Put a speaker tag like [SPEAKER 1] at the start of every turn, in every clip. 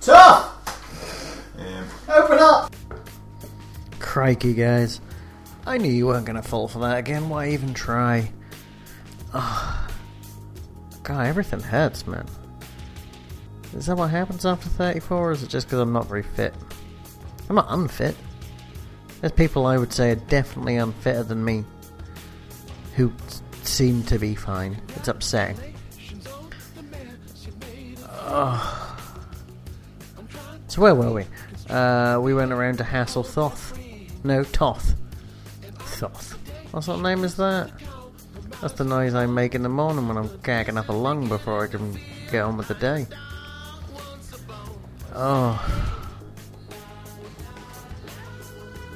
[SPEAKER 1] Tough!
[SPEAKER 2] Yeah.
[SPEAKER 1] Open up!
[SPEAKER 3] Crikey, guys. I knew you weren't going to fall for that again. Why even try? Oh, God, everything hurts, man. Is that what happens after 34, or is it just because I'm not very fit? I'm not unfit. There's people I would say are definitely unfitter than me who s- seem to be fine. It's upsetting. So where were we? Uh, we went around to Hassle Thoth. No, Toth. Thoth. What sort of name is that? That's the noise I make in the morning when I'm gagging up a lung before I can get on with the day. Oh.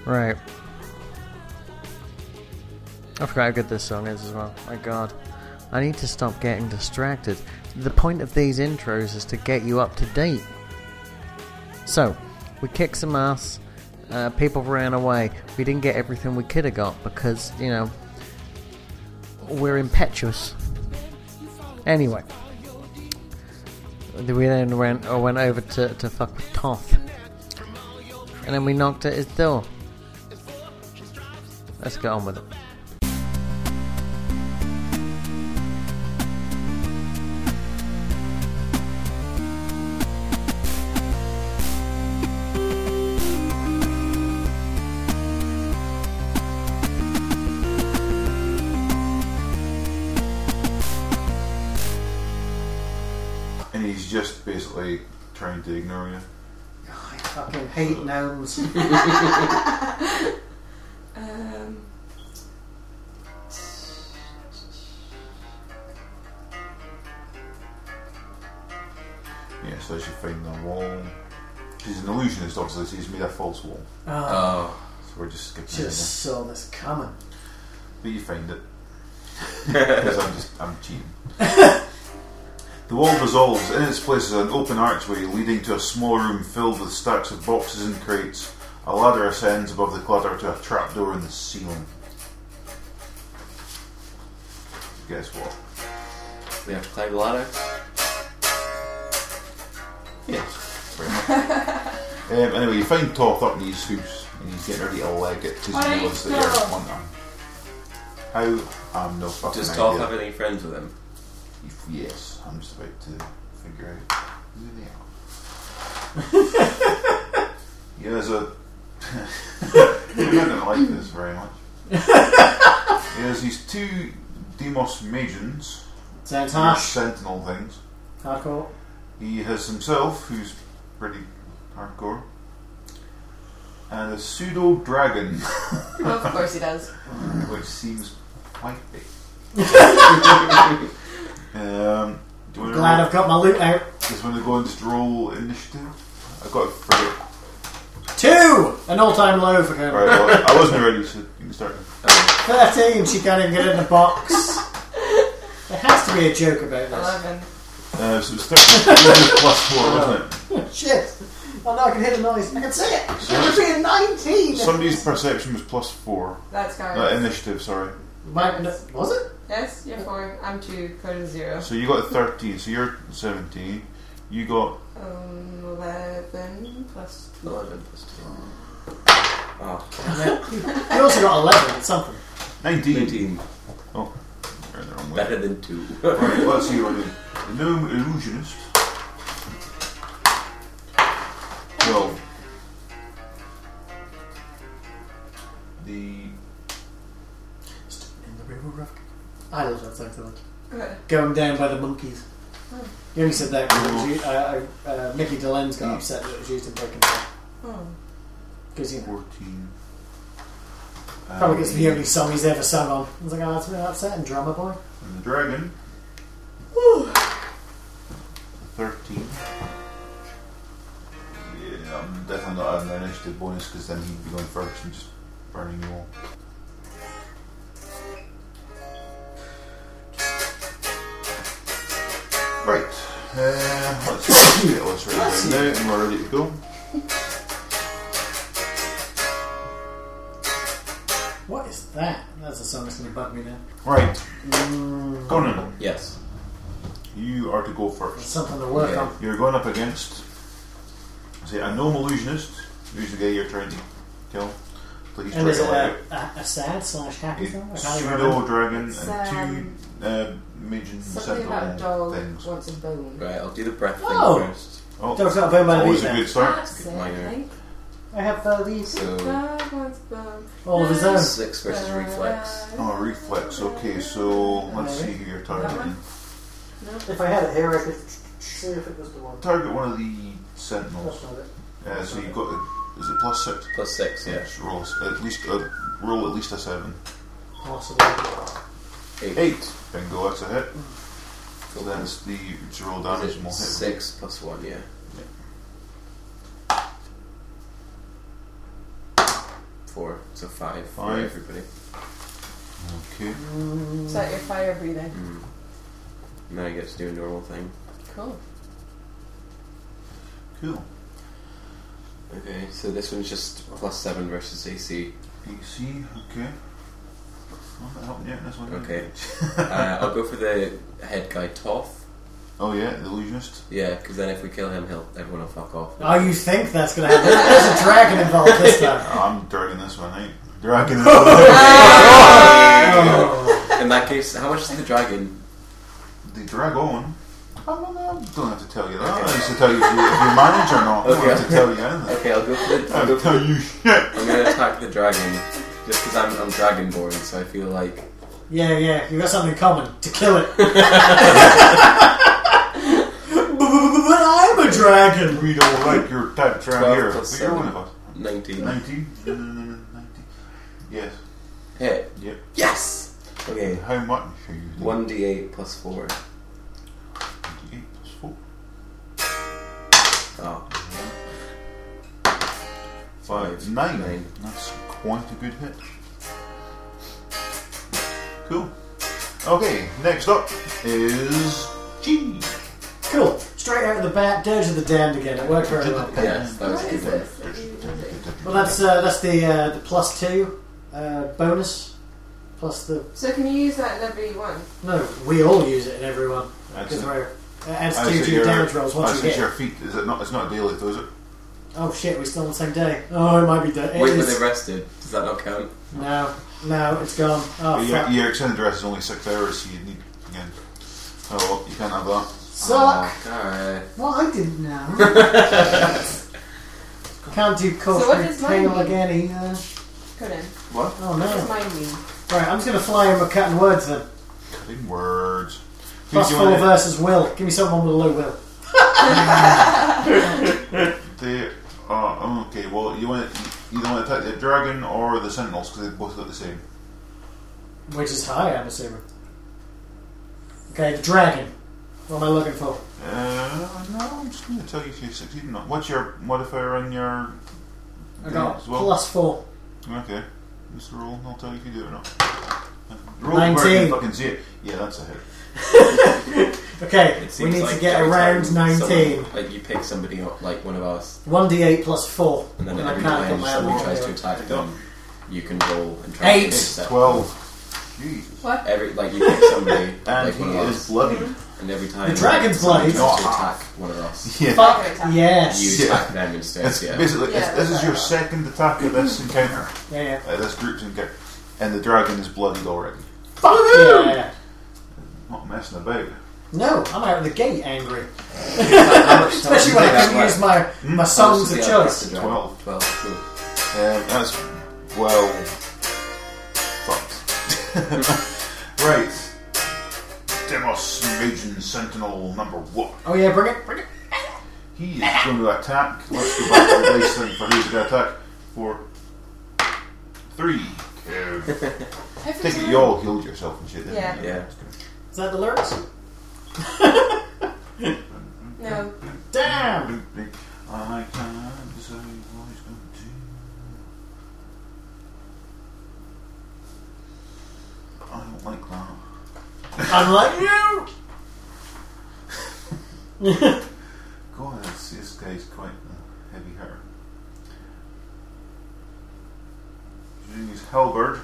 [SPEAKER 3] Right. I forgot how good this song is as well. My god. I need to stop getting distracted. The point of these intros is to get you up to date. So, we kicked some ass. Uh, people ran away. We didn't get everything we could have got because, you know, we're impetuous. Anyway, we then went or went over to, to fuck with Toth. And then we knocked at his door. Let's get on with it.
[SPEAKER 2] And he's just basically trying to ignore you.
[SPEAKER 3] I fucking hate gnomes.
[SPEAKER 4] Um,
[SPEAKER 2] Yeah, so she find the wall. She's an illusionist, obviously, so he's made a false wall.
[SPEAKER 5] Oh.
[SPEAKER 2] So we're just skipping
[SPEAKER 3] saw this coming.
[SPEAKER 2] it. But you find it. Because I'm just, I'm cheating. the wall dissolves. In its place is an open archway leading to a small room filled with stacks of boxes and crates. A ladder ascends above the clutter to a trapdoor in the ceiling. Guess what?
[SPEAKER 5] We have to climb the ladder.
[SPEAKER 2] Yes, very much. um, anyway, you find Toth up in his house and he's getting ready to leg it because he
[SPEAKER 4] Alright,
[SPEAKER 2] knows that
[SPEAKER 4] so-
[SPEAKER 2] you're on him. How? I'm no fucking
[SPEAKER 5] Does Toth
[SPEAKER 2] idea.
[SPEAKER 5] have any friends with him?
[SPEAKER 2] If- yes, I'm just about to figure out who they are. yeah, there's a. You're not going to like this very much. yeah, there's these two Demos Magians,
[SPEAKER 1] Sounds
[SPEAKER 5] Ah.
[SPEAKER 2] they're
[SPEAKER 1] harsh.
[SPEAKER 2] sentinel things.
[SPEAKER 1] Hardcore.
[SPEAKER 2] He has himself, who's pretty hardcore, and a pseudo dragon,
[SPEAKER 4] of course he does.
[SPEAKER 2] which seems quite big. um, do you want
[SPEAKER 1] Glad I've got my loot out.
[SPEAKER 2] to just want to go and just roll initiative? I got it free.
[SPEAKER 1] Two! An all time low for Kermit.
[SPEAKER 2] Right, well, I wasn't ready, so you can start.
[SPEAKER 1] 13, she can't even get in the box. there has to be a joke about this.
[SPEAKER 4] Eleven.
[SPEAKER 2] Uh, so it's 13 plus 4, wasn't it?
[SPEAKER 1] Shit! Oh no, I can hear the noise. I can see it! It would be a 19!
[SPEAKER 2] Somebody's perception was plus 4.
[SPEAKER 4] That's Karen.
[SPEAKER 2] Uh, initiative, sorry.
[SPEAKER 1] Might- no- was it?
[SPEAKER 4] yes, you're four. I'm two. Code is zero.
[SPEAKER 2] So you got a 13, so you're 17. You got
[SPEAKER 4] Um, eleven plus.
[SPEAKER 5] Eleven plus two. Oh,
[SPEAKER 1] You also got 11 at something.
[SPEAKER 2] 19.
[SPEAKER 5] 19.
[SPEAKER 2] Oh, you're in the wrong way.
[SPEAKER 5] Better than two.
[SPEAKER 2] Right, let's see what I do. The gnome illusionist. Well, the
[SPEAKER 1] In the river rock. I love that song so much.
[SPEAKER 4] Good.
[SPEAKER 1] Going down by the monkeys. You only said that because it was u- uh, uh, uh, Mickey Delenz got
[SPEAKER 2] Mm.
[SPEAKER 1] upset that it was used in Breaking Bad.
[SPEAKER 4] Hmm.
[SPEAKER 1] Because, you know,
[SPEAKER 2] fourteen. um,
[SPEAKER 1] probably it's the only song he's ever sung on. I was like, oh, that's really upsetting, drummer boy.
[SPEAKER 2] and the dragon. Thirteen. Yeah, I'm definitely not adding the initiative bonus because then he'd be going first and just burning you all. Right. Uh, let's get all this ready right now and we're ready to go.
[SPEAKER 1] What is
[SPEAKER 2] Mm.
[SPEAKER 1] that? That's a song that's going to bug me now.
[SPEAKER 2] Right. Conan,
[SPEAKER 5] yes.
[SPEAKER 2] You are to go first.
[SPEAKER 1] It's something to work
[SPEAKER 5] Yeah.
[SPEAKER 1] on.
[SPEAKER 2] You're going up against, say, a gnome illusionist, who's the guy you're trying to kill. So he's
[SPEAKER 1] And
[SPEAKER 2] trying
[SPEAKER 1] is
[SPEAKER 2] to
[SPEAKER 1] it
[SPEAKER 2] like
[SPEAKER 1] a, a, a sad slash happy film?
[SPEAKER 2] a
[SPEAKER 1] I can't remember.
[SPEAKER 2] pseudo dragon
[SPEAKER 4] It's, um,
[SPEAKER 2] and two uh, mage and
[SPEAKER 4] Something about a
[SPEAKER 2] sentinel
[SPEAKER 4] dog
[SPEAKER 2] things.
[SPEAKER 4] wants a bone.
[SPEAKER 5] Right, I'll do the breath
[SPEAKER 1] Oh.
[SPEAKER 5] thing first.
[SPEAKER 2] Oh,
[SPEAKER 1] Dog's not very much
[SPEAKER 2] always
[SPEAKER 1] beat
[SPEAKER 2] a
[SPEAKER 1] then.
[SPEAKER 2] good start.
[SPEAKER 4] That's
[SPEAKER 5] Get
[SPEAKER 4] it,
[SPEAKER 5] my
[SPEAKER 4] I
[SPEAKER 5] hair.
[SPEAKER 4] think.
[SPEAKER 1] I have uh, these.
[SPEAKER 5] So
[SPEAKER 4] Dog wants a bone.
[SPEAKER 1] All of his own.
[SPEAKER 5] six versus reflex.
[SPEAKER 2] Oh, reflex. Okay, so let's see who you're targeting.
[SPEAKER 1] If I had it here, I could see if it was the one.
[SPEAKER 2] Target one of the sentinels.
[SPEAKER 1] That's not it.
[SPEAKER 2] Uh, so you've got. the- Is it plus six?
[SPEAKER 5] Plus six, yeah.
[SPEAKER 2] Yes, roll s- at least a, roll at least a seven.
[SPEAKER 1] Possibly.
[SPEAKER 5] Eight.
[SPEAKER 2] Eight. Bingo, that's a hit. So then it's the it's roll damage and we'll hit.
[SPEAKER 5] Six plus one, yeah. Four, so five, for
[SPEAKER 2] Five.
[SPEAKER 5] everybody.
[SPEAKER 2] Okay.
[SPEAKER 1] Mm.
[SPEAKER 4] Is that your fire breathing?
[SPEAKER 5] Mm. And then I get to do a normal thing.
[SPEAKER 4] Cool.
[SPEAKER 2] Cool.
[SPEAKER 5] Okay, so this one's just plus seven versus AC.
[SPEAKER 2] AC. Okay. I'm not helping you out in this one.
[SPEAKER 5] Okay. Uh, I'll go for the head guy Toff.
[SPEAKER 2] Oh yeah, the illusionist.
[SPEAKER 5] Yeah, because then if we kill him, he'll everyone will fuck off.
[SPEAKER 1] Oh, you think that's going to happen? There's a dragon involved this time.
[SPEAKER 2] I'm dragging this one, eh? Dragging this one.
[SPEAKER 1] Oh.
[SPEAKER 5] In that case, how much is the dragon?
[SPEAKER 2] They drag on. I don't, know, I don't have to tell you that. I used to tell you if you- if you're managed or not. I don't have to tell you anything.
[SPEAKER 5] Okay, I'll go for the.
[SPEAKER 2] I
[SPEAKER 5] I'll go
[SPEAKER 2] don't
[SPEAKER 5] for,
[SPEAKER 2] tell you shit.
[SPEAKER 5] I'm gonna attack the dragon just because I'm, I'm dragonborn, so I feel like
[SPEAKER 1] Yeah, yeah, you got something in common. To kill it. But I'm a dragon!
[SPEAKER 2] We don't like your type
[SPEAKER 5] Twelve
[SPEAKER 2] around here.
[SPEAKER 5] plus
[SPEAKER 2] But you're one
[SPEAKER 5] seven.
[SPEAKER 2] of us.
[SPEAKER 5] 19.
[SPEAKER 2] 19? No, no, no, no, 19. Yes.
[SPEAKER 5] Hit.
[SPEAKER 2] Yep.
[SPEAKER 5] Yes. Okay.
[SPEAKER 2] How much are you?
[SPEAKER 5] One d eight plus four.
[SPEAKER 2] 28 plus 4.
[SPEAKER 5] Oh,
[SPEAKER 2] 5.
[SPEAKER 5] Five.
[SPEAKER 2] 9.
[SPEAKER 5] Nine.
[SPEAKER 2] That's quite a good hit. Cool. Okay, next up is G.
[SPEAKER 1] Cool. Straight out of the bat, dirge of the damned again. It worked very well.
[SPEAKER 5] yes, that was
[SPEAKER 4] What
[SPEAKER 5] a
[SPEAKER 4] is
[SPEAKER 5] good one.
[SPEAKER 4] this? Are you-
[SPEAKER 1] Well, that's uh, that's the uh, the plus two uh, bonus, plus the
[SPEAKER 4] So can you use that in every one?
[SPEAKER 1] no. We all use it in everyone
[SPEAKER 2] That's
[SPEAKER 1] because
[SPEAKER 2] it. Oh,
[SPEAKER 1] we're it adds
[SPEAKER 2] I
[SPEAKER 1] two
[SPEAKER 2] see
[SPEAKER 1] to your
[SPEAKER 2] your-
[SPEAKER 1] damage rolls
[SPEAKER 2] I
[SPEAKER 1] once you
[SPEAKER 2] see
[SPEAKER 1] get.
[SPEAKER 2] your feet. Is it not? It's not daily, though, is it?
[SPEAKER 1] Oh shit, we're still on the same day. Oh, it might be dead. It
[SPEAKER 5] Wait, were
[SPEAKER 1] is.
[SPEAKER 5] they rested? Does that not count?
[SPEAKER 1] No, no, it's gone. Oh,
[SPEAKER 2] But
[SPEAKER 1] fuck.
[SPEAKER 2] your, your extended rest is only six hours, so you need again. Oh, well, you can't have that.
[SPEAKER 1] suck.
[SPEAKER 2] Oh.
[SPEAKER 5] Alright.
[SPEAKER 1] Well, I didn't know. Can't do
[SPEAKER 4] So what
[SPEAKER 1] cautionary
[SPEAKER 4] does mine
[SPEAKER 1] tale
[SPEAKER 4] mean?
[SPEAKER 1] again either.
[SPEAKER 4] Conan,
[SPEAKER 5] What?
[SPEAKER 1] Oh
[SPEAKER 4] what
[SPEAKER 1] no!
[SPEAKER 4] does mine mean?
[SPEAKER 1] Right, I'm just gonna fly in with cutting words then.
[SPEAKER 2] Big words. Who
[SPEAKER 1] Plus
[SPEAKER 2] do you
[SPEAKER 1] four
[SPEAKER 2] want to-
[SPEAKER 1] versus will. Give me someone with a low will.
[SPEAKER 2] They are oh, okay. Well, you want to you either want to attack the dragon or the sentinels because they both look the same.
[SPEAKER 1] Which is high, I'm assuming. Okay, the dragon. What am I looking for?
[SPEAKER 2] Uh, no, I'm just going to tell you if you succeed or not. What's your modifier on your?
[SPEAKER 1] I got
[SPEAKER 2] as well?
[SPEAKER 1] plus four.
[SPEAKER 2] Okay, just roll. I'll tell you if you do or not. Roll where you
[SPEAKER 1] 19.
[SPEAKER 2] can fucking see it. Yeah, that's a hit.
[SPEAKER 1] Okay,
[SPEAKER 5] It
[SPEAKER 1] we
[SPEAKER 5] seems
[SPEAKER 1] need
[SPEAKER 5] like
[SPEAKER 1] to get
[SPEAKER 5] every
[SPEAKER 1] around 19.
[SPEAKER 5] time someone- like you pick somebody up, like one of us,
[SPEAKER 1] 1d8 plus 4.
[SPEAKER 5] and then
[SPEAKER 1] and I
[SPEAKER 5] every
[SPEAKER 1] can't get
[SPEAKER 5] time
[SPEAKER 1] my other
[SPEAKER 5] somebody
[SPEAKER 1] one.
[SPEAKER 5] tries to
[SPEAKER 1] here.
[SPEAKER 5] attack them, you can roll and try
[SPEAKER 1] Eight.
[SPEAKER 5] to intercept.
[SPEAKER 2] Twelve. Jesus.
[SPEAKER 4] What?
[SPEAKER 5] Every like you pick somebody,
[SPEAKER 2] And
[SPEAKER 5] like one of
[SPEAKER 2] he is
[SPEAKER 5] us,
[SPEAKER 2] bloody.
[SPEAKER 5] and every time
[SPEAKER 1] The dragon's
[SPEAKER 5] somebody
[SPEAKER 1] blade.
[SPEAKER 5] tries to
[SPEAKER 2] Oh.
[SPEAKER 5] attack one of us,
[SPEAKER 2] Yeah.
[SPEAKER 1] Fuck
[SPEAKER 4] Okay.
[SPEAKER 5] you
[SPEAKER 1] yes!
[SPEAKER 2] Yeah.
[SPEAKER 5] attack them instead.
[SPEAKER 2] It's
[SPEAKER 5] Yeah.
[SPEAKER 2] basically
[SPEAKER 4] Yeah,
[SPEAKER 2] it's, this is
[SPEAKER 4] that's
[SPEAKER 2] your
[SPEAKER 4] right.
[SPEAKER 2] second attack of this encounter,
[SPEAKER 1] Yeah, yeah.
[SPEAKER 2] uh, this group's encounter, and the dragon is bloodied already.
[SPEAKER 1] Fuck yeah, yeah.
[SPEAKER 2] Not messing about.
[SPEAKER 1] No, I'm out of the gate angry.
[SPEAKER 5] How much time
[SPEAKER 1] Especially
[SPEAKER 5] do
[SPEAKER 1] when
[SPEAKER 5] you
[SPEAKER 1] I
[SPEAKER 5] think
[SPEAKER 1] couldn't use
[SPEAKER 5] Hmm? that
[SPEAKER 1] my, my
[SPEAKER 5] left? How much
[SPEAKER 1] songs
[SPEAKER 5] does
[SPEAKER 1] of
[SPEAKER 5] the other have
[SPEAKER 1] choice.
[SPEAKER 5] to drive?
[SPEAKER 2] Twelve.
[SPEAKER 5] Twelve. Cool.
[SPEAKER 2] Um, that's well fucked. right. Demos Raging Sentinel number one.
[SPEAKER 1] Oh yeah, bring it, bring it.
[SPEAKER 2] He is going to attack. Let's go back to the dice thing for who's going to attack. Four. Three. Okay. I
[SPEAKER 4] Every
[SPEAKER 2] think
[SPEAKER 4] time.
[SPEAKER 2] you all healed yourself and shit, didn't
[SPEAKER 4] Yeah.
[SPEAKER 2] you?
[SPEAKER 5] Yeah.
[SPEAKER 1] Is that the lyrics?
[SPEAKER 4] No.
[SPEAKER 1] Damn!
[SPEAKER 2] I can't decide what he's going to do. I don't like that.
[SPEAKER 1] I'm like, you!
[SPEAKER 2] God, this, this guy's quite a heavy hitter. He's using his halberd,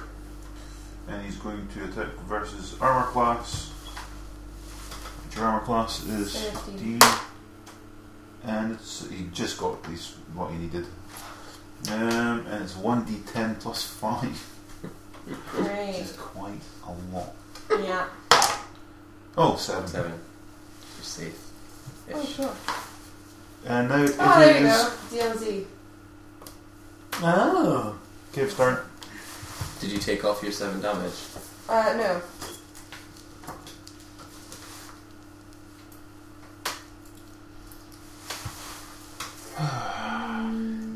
[SPEAKER 2] and he's going to attack versus armor class, which Your armor class is
[SPEAKER 4] Fifteen.
[SPEAKER 2] 15. And it's, he just got at least what he needed. Um, and it's 1d10 plus 5, which
[SPEAKER 4] Great.
[SPEAKER 2] is quite a lot.
[SPEAKER 4] Yeah.
[SPEAKER 2] Oh, 7.
[SPEAKER 5] Seven. You're safe.
[SPEAKER 4] Oh, sure.
[SPEAKER 2] And now it
[SPEAKER 4] Oh, there you
[SPEAKER 2] is
[SPEAKER 4] go. DLZ.
[SPEAKER 1] Oh.
[SPEAKER 2] Cave's turn.
[SPEAKER 5] Did you take off your seven damage?
[SPEAKER 4] Uh, no.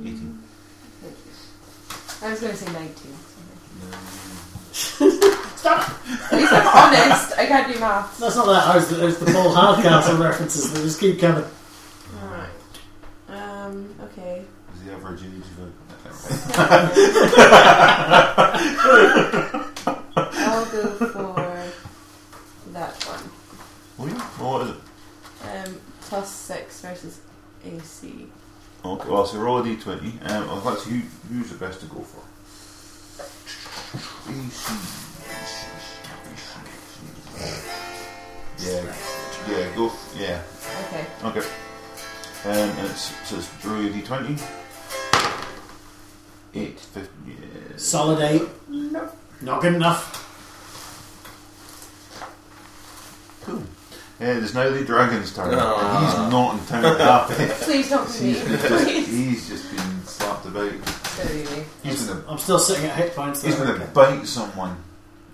[SPEAKER 2] Eighteen.
[SPEAKER 4] Thank you. I was going to say 19.
[SPEAKER 1] Stop!
[SPEAKER 4] At least I'm honest. I can't do math.
[SPEAKER 1] That's not that. I was, it was the Paul Hardcastle references that just keep coming.
[SPEAKER 4] Alright. Um, okay.
[SPEAKER 2] Is the average age of a.
[SPEAKER 4] I'll go for that one.
[SPEAKER 2] Oh, yeah? Well, what is it?
[SPEAKER 4] Um, plus six versus AC.
[SPEAKER 2] Okay, well, so roll a d20. Um, well, that's who, who's the best to go for. Yeah, yeah, go. f- Yeah,
[SPEAKER 4] Okay.
[SPEAKER 2] okay. Um, and it's, so it's roll a d20. 8, 15, yeah.
[SPEAKER 1] Solid eight. Not good enough.
[SPEAKER 2] Cool. Yeah, it is Uh, now the dragon's turn.
[SPEAKER 5] Ah.
[SPEAKER 2] He's not entirely happy.
[SPEAKER 4] Please don't be me.
[SPEAKER 2] he's, just,
[SPEAKER 4] Please
[SPEAKER 2] he's just been slapped about.
[SPEAKER 4] don't be me.
[SPEAKER 2] He's gonna
[SPEAKER 1] I'm still sitting at hit points.
[SPEAKER 2] He's
[SPEAKER 1] though.
[SPEAKER 2] going to bite someone.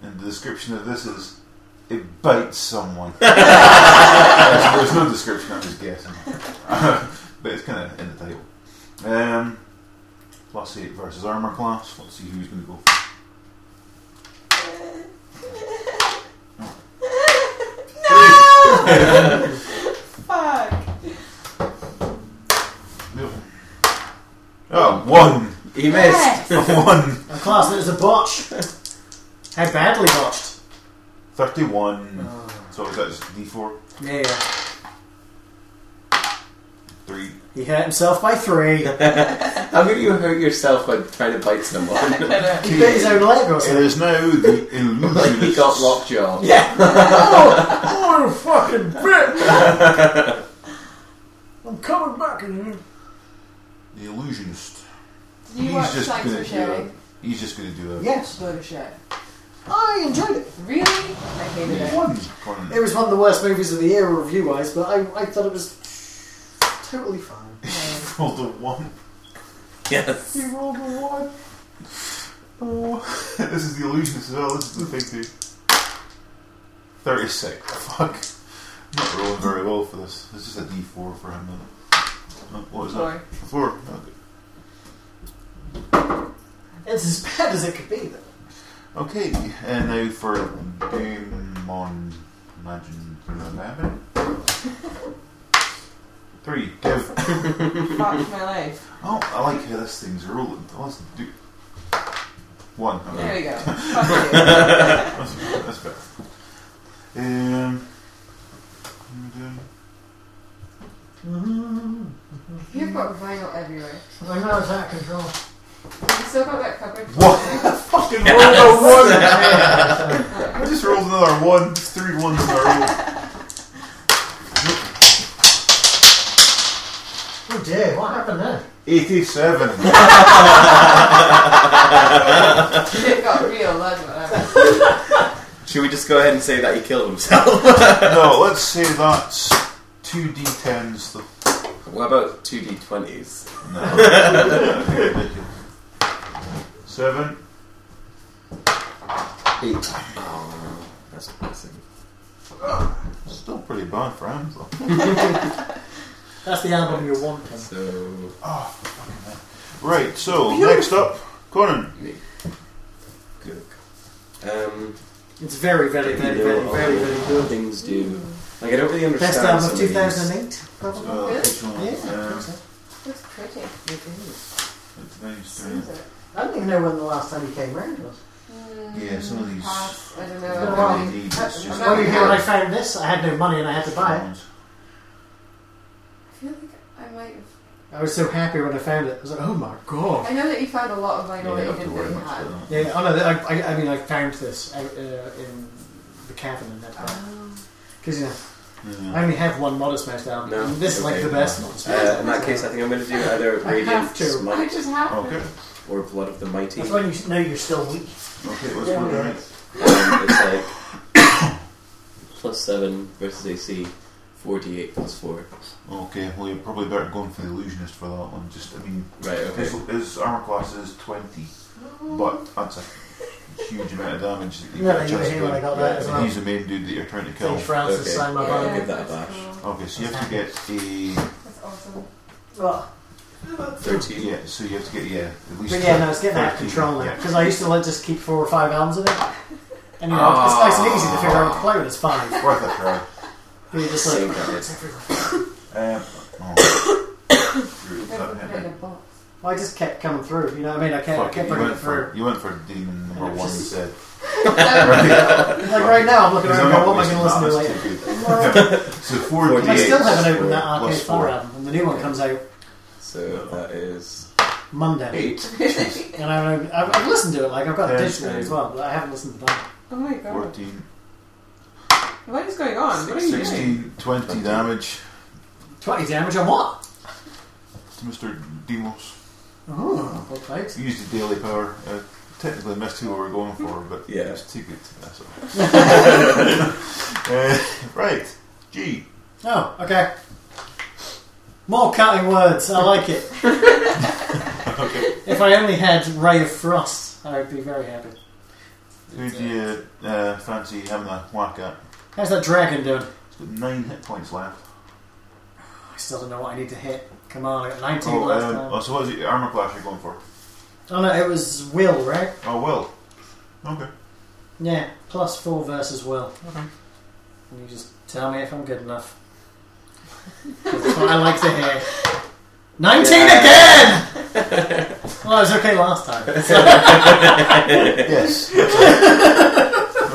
[SPEAKER 2] And the description of this is it bites someone. there's, there's no description, I'm just guessing. but it's kind of in the title. Um, plus 8 versus armor class. Let's see who's going to go first.
[SPEAKER 4] No! Fuck.
[SPEAKER 2] Nope. Oh, one!
[SPEAKER 5] He
[SPEAKER 4] Yes.
[SPEAKER 2] one!
[SPEAKER 1] A class that is a botch. How badly botched.
[SPEAKER 2] 31. So that's d4.
[SPEAKER 1] Yeah, yeah.
[SPEAKER 2] 3.
[SPEAKER 1] He hurt himself by three. he
[SPEAKER 5] How could you hurt yourself by trying to bite someone?
[SPEAKER 1] bit his own leg or
[SPEAKER 2] It
[SPEAKER 1] something.
[SPEAKER 2] is now the
[SPEAKER 5] like he
[SPEAKER 2] illusionist.
[SPEAKER 5] got lockjaw.
[SPEAKER 1] Yeah. oh, oh, you fucking bit. I'm coming back in here.
[SPEAKER 2] The illusionist.
[SPEAKER 4] Do you watch
[SPEAKER 2] he's just
[SPEAKER 4] Science
[SPEAKER 2] going to
[SPEAKER 4] Show?
[SPEAKER 2] do a. He's just going to do a.
[SPEAKER 1] Yes,
[SPEAKER 4] Bullshit.
[SPEAKER 1] I enjoyed it.
[SPEAKER 4] Really? I hated it.
[SPEAKER 2] One. Con-
[SPEAKER 1] It was one of the worst movies of the year review wise, but I, I thought it was totally fine.
[SPEAKER 2] Rolled a one.
[SPEAKER 5] Yes.
[SPEAKER 2] You rolled a one. Oh, this is the illusionist as well. This is the thing too. Thirty-six. Fuck. I'm not rolling very well for this. This is a D four for him. Though. What was that?
[SPEAKER 4] Four.
[SPEAKER 2] A four. Okay.
[SPEAKER 1] It's as bad as it could be, though.
[SPEAKER 2] Okay, and now for Demon Imagine Eleven. Three. Give.
[SPEAKER 4] Fucked my life.
[SPEAKER 2] Oh, I like how this thing's rolling. Let's do. One. Okay.
[SPEAKER 4] There we go. Fuck you.
[SPEAKER 2] That's, that's better. Um, um,
[SPEAKER 1] Mm-hmm.
[SPEAKER 4] You've got vinyl everywhere.
[SPEAKER 1] I know it's out of control.
[SPEAKER 4] You still got that covered.
[SPEAKER 2] What? fucking rolled a one! I just rolled another one. It's three ones in a row.
[SPEAKER 1] Oh dear, what happened there?
[SPEAKER 2] 87.
[SPEAKER 4] Shit got real. That's what happened.
[SPEAKER 5] Should we just go ahead and say that he killed himself?
[SPEAKER 2] No, let's say that's two d10s. Though.
[SPEAKER 5] what about two d twenties?
[SPEAKER 2] No. Seven.
[SPEAKER 5] Eight. Oh, that's depressing.
[SPEAKER 2] Still pretty bad for him, though.
[SPEAKER 1] That's the album you're
[SPEAKER 5] Hmm.
[SPEAKER 1] wanting.
[SPEAKER 5] So
[SPEAKER 2] Right, so next up, Conan.
[SPEAKER 5] good. Um, uh,
[SPEAKER 1] It's very, very, very, very, very, very good.
[SPEAKER 5] Things do. Like I don't really understand.
[SPEAKER 1] Best album
[SPEAKER 5] some
[SPEAKER 1] of
[SPEAKER 5] these.
[SPEAKER 1] 2008, probably.
[SPEAKER 2] Uh, which one?
[SPEAKER 1] Yeah, I
[SPEAKER 2] Um,
[SPEAKER 1] think so.
[SPEAKER 4] It's pretty.
[SPEAKER 1] It is.
[SPEAKER 2] advanced, uh,
[SPEAKER 4] Is it?
[SPEAKER 1] I don't even know when the last time he came round was.
[SPEAKER 2] Yeah, some of these-
[SPEAKER 4] Hmm, Pass. I don't know.
[SPEAKER 1] It's been a
[SPEAKER 2] while.
[SPEAKER 4] I'm
[SPEAKER 2] It's
[SPEAKER 4] not-
[SPEAKER 2] just-
[SPEAKER 4] I'm
[SPEAKER 1] Well,
[SPEAKER 4] not-
[SPEAKER 1] you hear when I found this, I had no money and I had to buy it.
[SPEAKER 2] ones.
[SPEAKER 4] I feel like I might have.
[SPEAKER 1] I was so happy when I found it. I was like, oh my god.
[SPEAKER 4] I know that you found a lot of vinyl
[SPEAKER 2] Yeah,
[SPEAKER 4] that
[SPEAKER 2] you don't
[SPEAKER 4] you
[SPEAKER 2] have to
[SPEAKER 4] didn't
[SPEAKER 2] worry
[SPEAKER 4] really
[SPEAKER 2] much about
[SPEAKER 4] have.
[SPEAKER 2] that.
[SPEAKER 1] Yeah, oh no, I, I, I mean, I found this out uh, in the cavern in that part.
[SPEAKER 4] Oh.
[SPEAKER 1] Because, you know, I only have one modest SmackDown.
[SPEAKER 5] No.
[SPEAKER 1] and this is like
[SPEAKER 5] Okay.
[SPEAKER 1] the best modest
[SPEAKER 5] Uh,
[SPEAKER 1] SmackDown.
[SPEAKER 5] in that case, I think I'm going to do either
[SPEAKER 1] I have
[SPEAKER 5] Radiant
[SPEAKER 1] to.
[SPEAKER 4] I
[SPEAKER 5] Smite
[SPEAKER 4] just have
[SPEAKER 2] Okay.
[SPEAKER 4] to.
[SPEAKER 5] or Blood of the Mighty.
[SPEAKER 1] That's when you know you're still weak.
[SPEAKER 2] Okay, let's
[SPEAKER 1] Yeah,
[SPEAKER 2] put it
[SPEAKER 1] yeah.
[SPEAKER 2] right.
[SPEAKER 5] Um, it's like plus seven versus AC, forty-eight plus four.
[SPEAKER 2] Okay, well, you're probably better going for the illusionist for that one. Just, I mean,
[SPEAKER 5] Right. Okay.
[SPEAKER 2] his, his armor class is 20, but that's a huge amount of damage. That you
[SPEAKER 1] Yeah,
[SPEAKER 2] get
[SPEAKER 1] you were
[SPEAKER 2] just
[SPEAKER 1] here when I got
[SPEAKER 2] by-
[SPEAKER 1] that as
[SPEAKER 2] and
[SPEAKER 1] well.
[SPEAKER 2] he's the main dude that you're trying to kill.
[SPEAKER 1] St. Francis
[SPEAKER 5] Okay.
[SPEAKER 1] signed my
[SPEAKER 4] Oh, yeah,
[SPEAKER 1] bottom.
[SPEAKER 5] give that a
[SPEAKER 4] that's
[SPEAKER 5] bash.
[SPEAKER 4] cool.
[SPEAKER 2] Okay, so you have to get a.
[SPEAKER 4] That's awesome.
[SPEAKER 1] Well,
[SPEAKER 5] Thirteen.
[SPEAKER 2] Yeah, so you have to get, yeah, at least.
[SPEAKER 1] but yeah, no, it's getting out of
[SPEAKER 2] 13,
[SPEAKER 1] control now.
[SPEAKER 2] yeah.
[SPEAKER 1] Because I used to like just keep four or five albums of it. And you know, it's
[SPEAKER 2] Ah.
[SPEAKER 1] nice and easy to figure out what to play with, it's fine.
[SPEAKER 2] Worth a try.
[SPEAKER 1] But you're just
[SPEAKER 5] Same
[SPEAKER 1] like,
[SPEAKER 5] card.
[SPEAKER 1] it's everywhere.
[SPEAKER 2] Um, oh. Screw
[SPEAKER 4] They've
[SPEAKER 2] that
[SPEAKER 4] been put in a
[SPEAKER 2] happened.
[SPEAKER 4] box.
[SPEAKER 1] Well, I just kept coming through, you know what I mean? I kept, I
[SPEAKER 2] Fuck it,
[SPEAKER 1] kept
[SPEAKER 2] you
[SPEAKER 1] bringing
[SPEAKER 2] went
[SPEAKER 1] it
[SPEAKER 2] for
[SPEAKER 1] through.
[SPEAKER 2] you went for demon number one instead.
[SPEAKER 1] Like right now, I'm looking
[SPEAKER 2] Because
[SPEAKER 1] around
[SPEAKER 2] I'm
[SPEAKER 1] going, what am I
[SPEAKER 2] not
[SPEAKER 1] going to listen to
[SPEAKER 2] wasting-
[SPEAKER 1] later?
[SPEAKER 2] ah, that's too good. So forty-eight.
[SPEAKER 1] I still haven't
[SPEAKER 2] plus
[SPEAKER 1] opened that Arcade
[SPEAKER 2] plus
[SPEAKER 1] Fire
[SPEAKER 2] four.
[SPEAKER 1] album, and the new one comes out
[SPEAKER 5] So that is
[SPEAKER 1] Monday.
[SPEAKER 5] eight.
[SPEAKER 1] And I don't, I've, I've listened to it, like, I've got it
[SPEAKER 2] Yeah,
[SPEAKER 1] digitally
[SPEAKER 5] same.
[SPEAKER 1] as well, but I haven't listened to that.
[SPEAKER 6] Oh my god.
[SPEAKER 2] 14,
[SPEAKER 6] What is going on? What are you doing?
[SPEAKER 2] 16, 20 damage
[SPEAKER 1] 20 damage on what?
[SPEAKER 2] to Mr. Demos.
[SPEAKER 1] Oh, well played.
[SPEAKER 2] He used the daily power. Uh, technically missed who we were going for, but
[SPEAKER 5] Yeah.
[SPEAKER 2] it's too good to mess up. uh, right, G.
[SPEAKER 1] Oh, okay. More cutting words. I like it. If I only had Ray of Frost, I would be very happy.
[SPEAKER 2] Who do you uh, fancy having a whack at?
[SPEAKER 1] How's that dragon doing?
[SPEAKER 2] It's got nine hit points left.
[SPEAKER 1] I still don't know what I need to hit. Come on, I got 19
[SPEAKER 2] Oh,
[SPEAKER 1] last
[SPEAKER 2] um,
[SPEAKER 1] time.
[SPEAKER 2] oh, so what is it? Armor class you're going for?
[SPEAKER 1] Oh no, it was Will, right?
[SPEAKER 2] Oh, Will. Okay.
[SPEAKER 1] Yeah, plus four versus Will. And you just tell me if I'm good enough. That's what I like to hear. 19 again! well, it was okay last time.
[SPEAKER 2] Yes.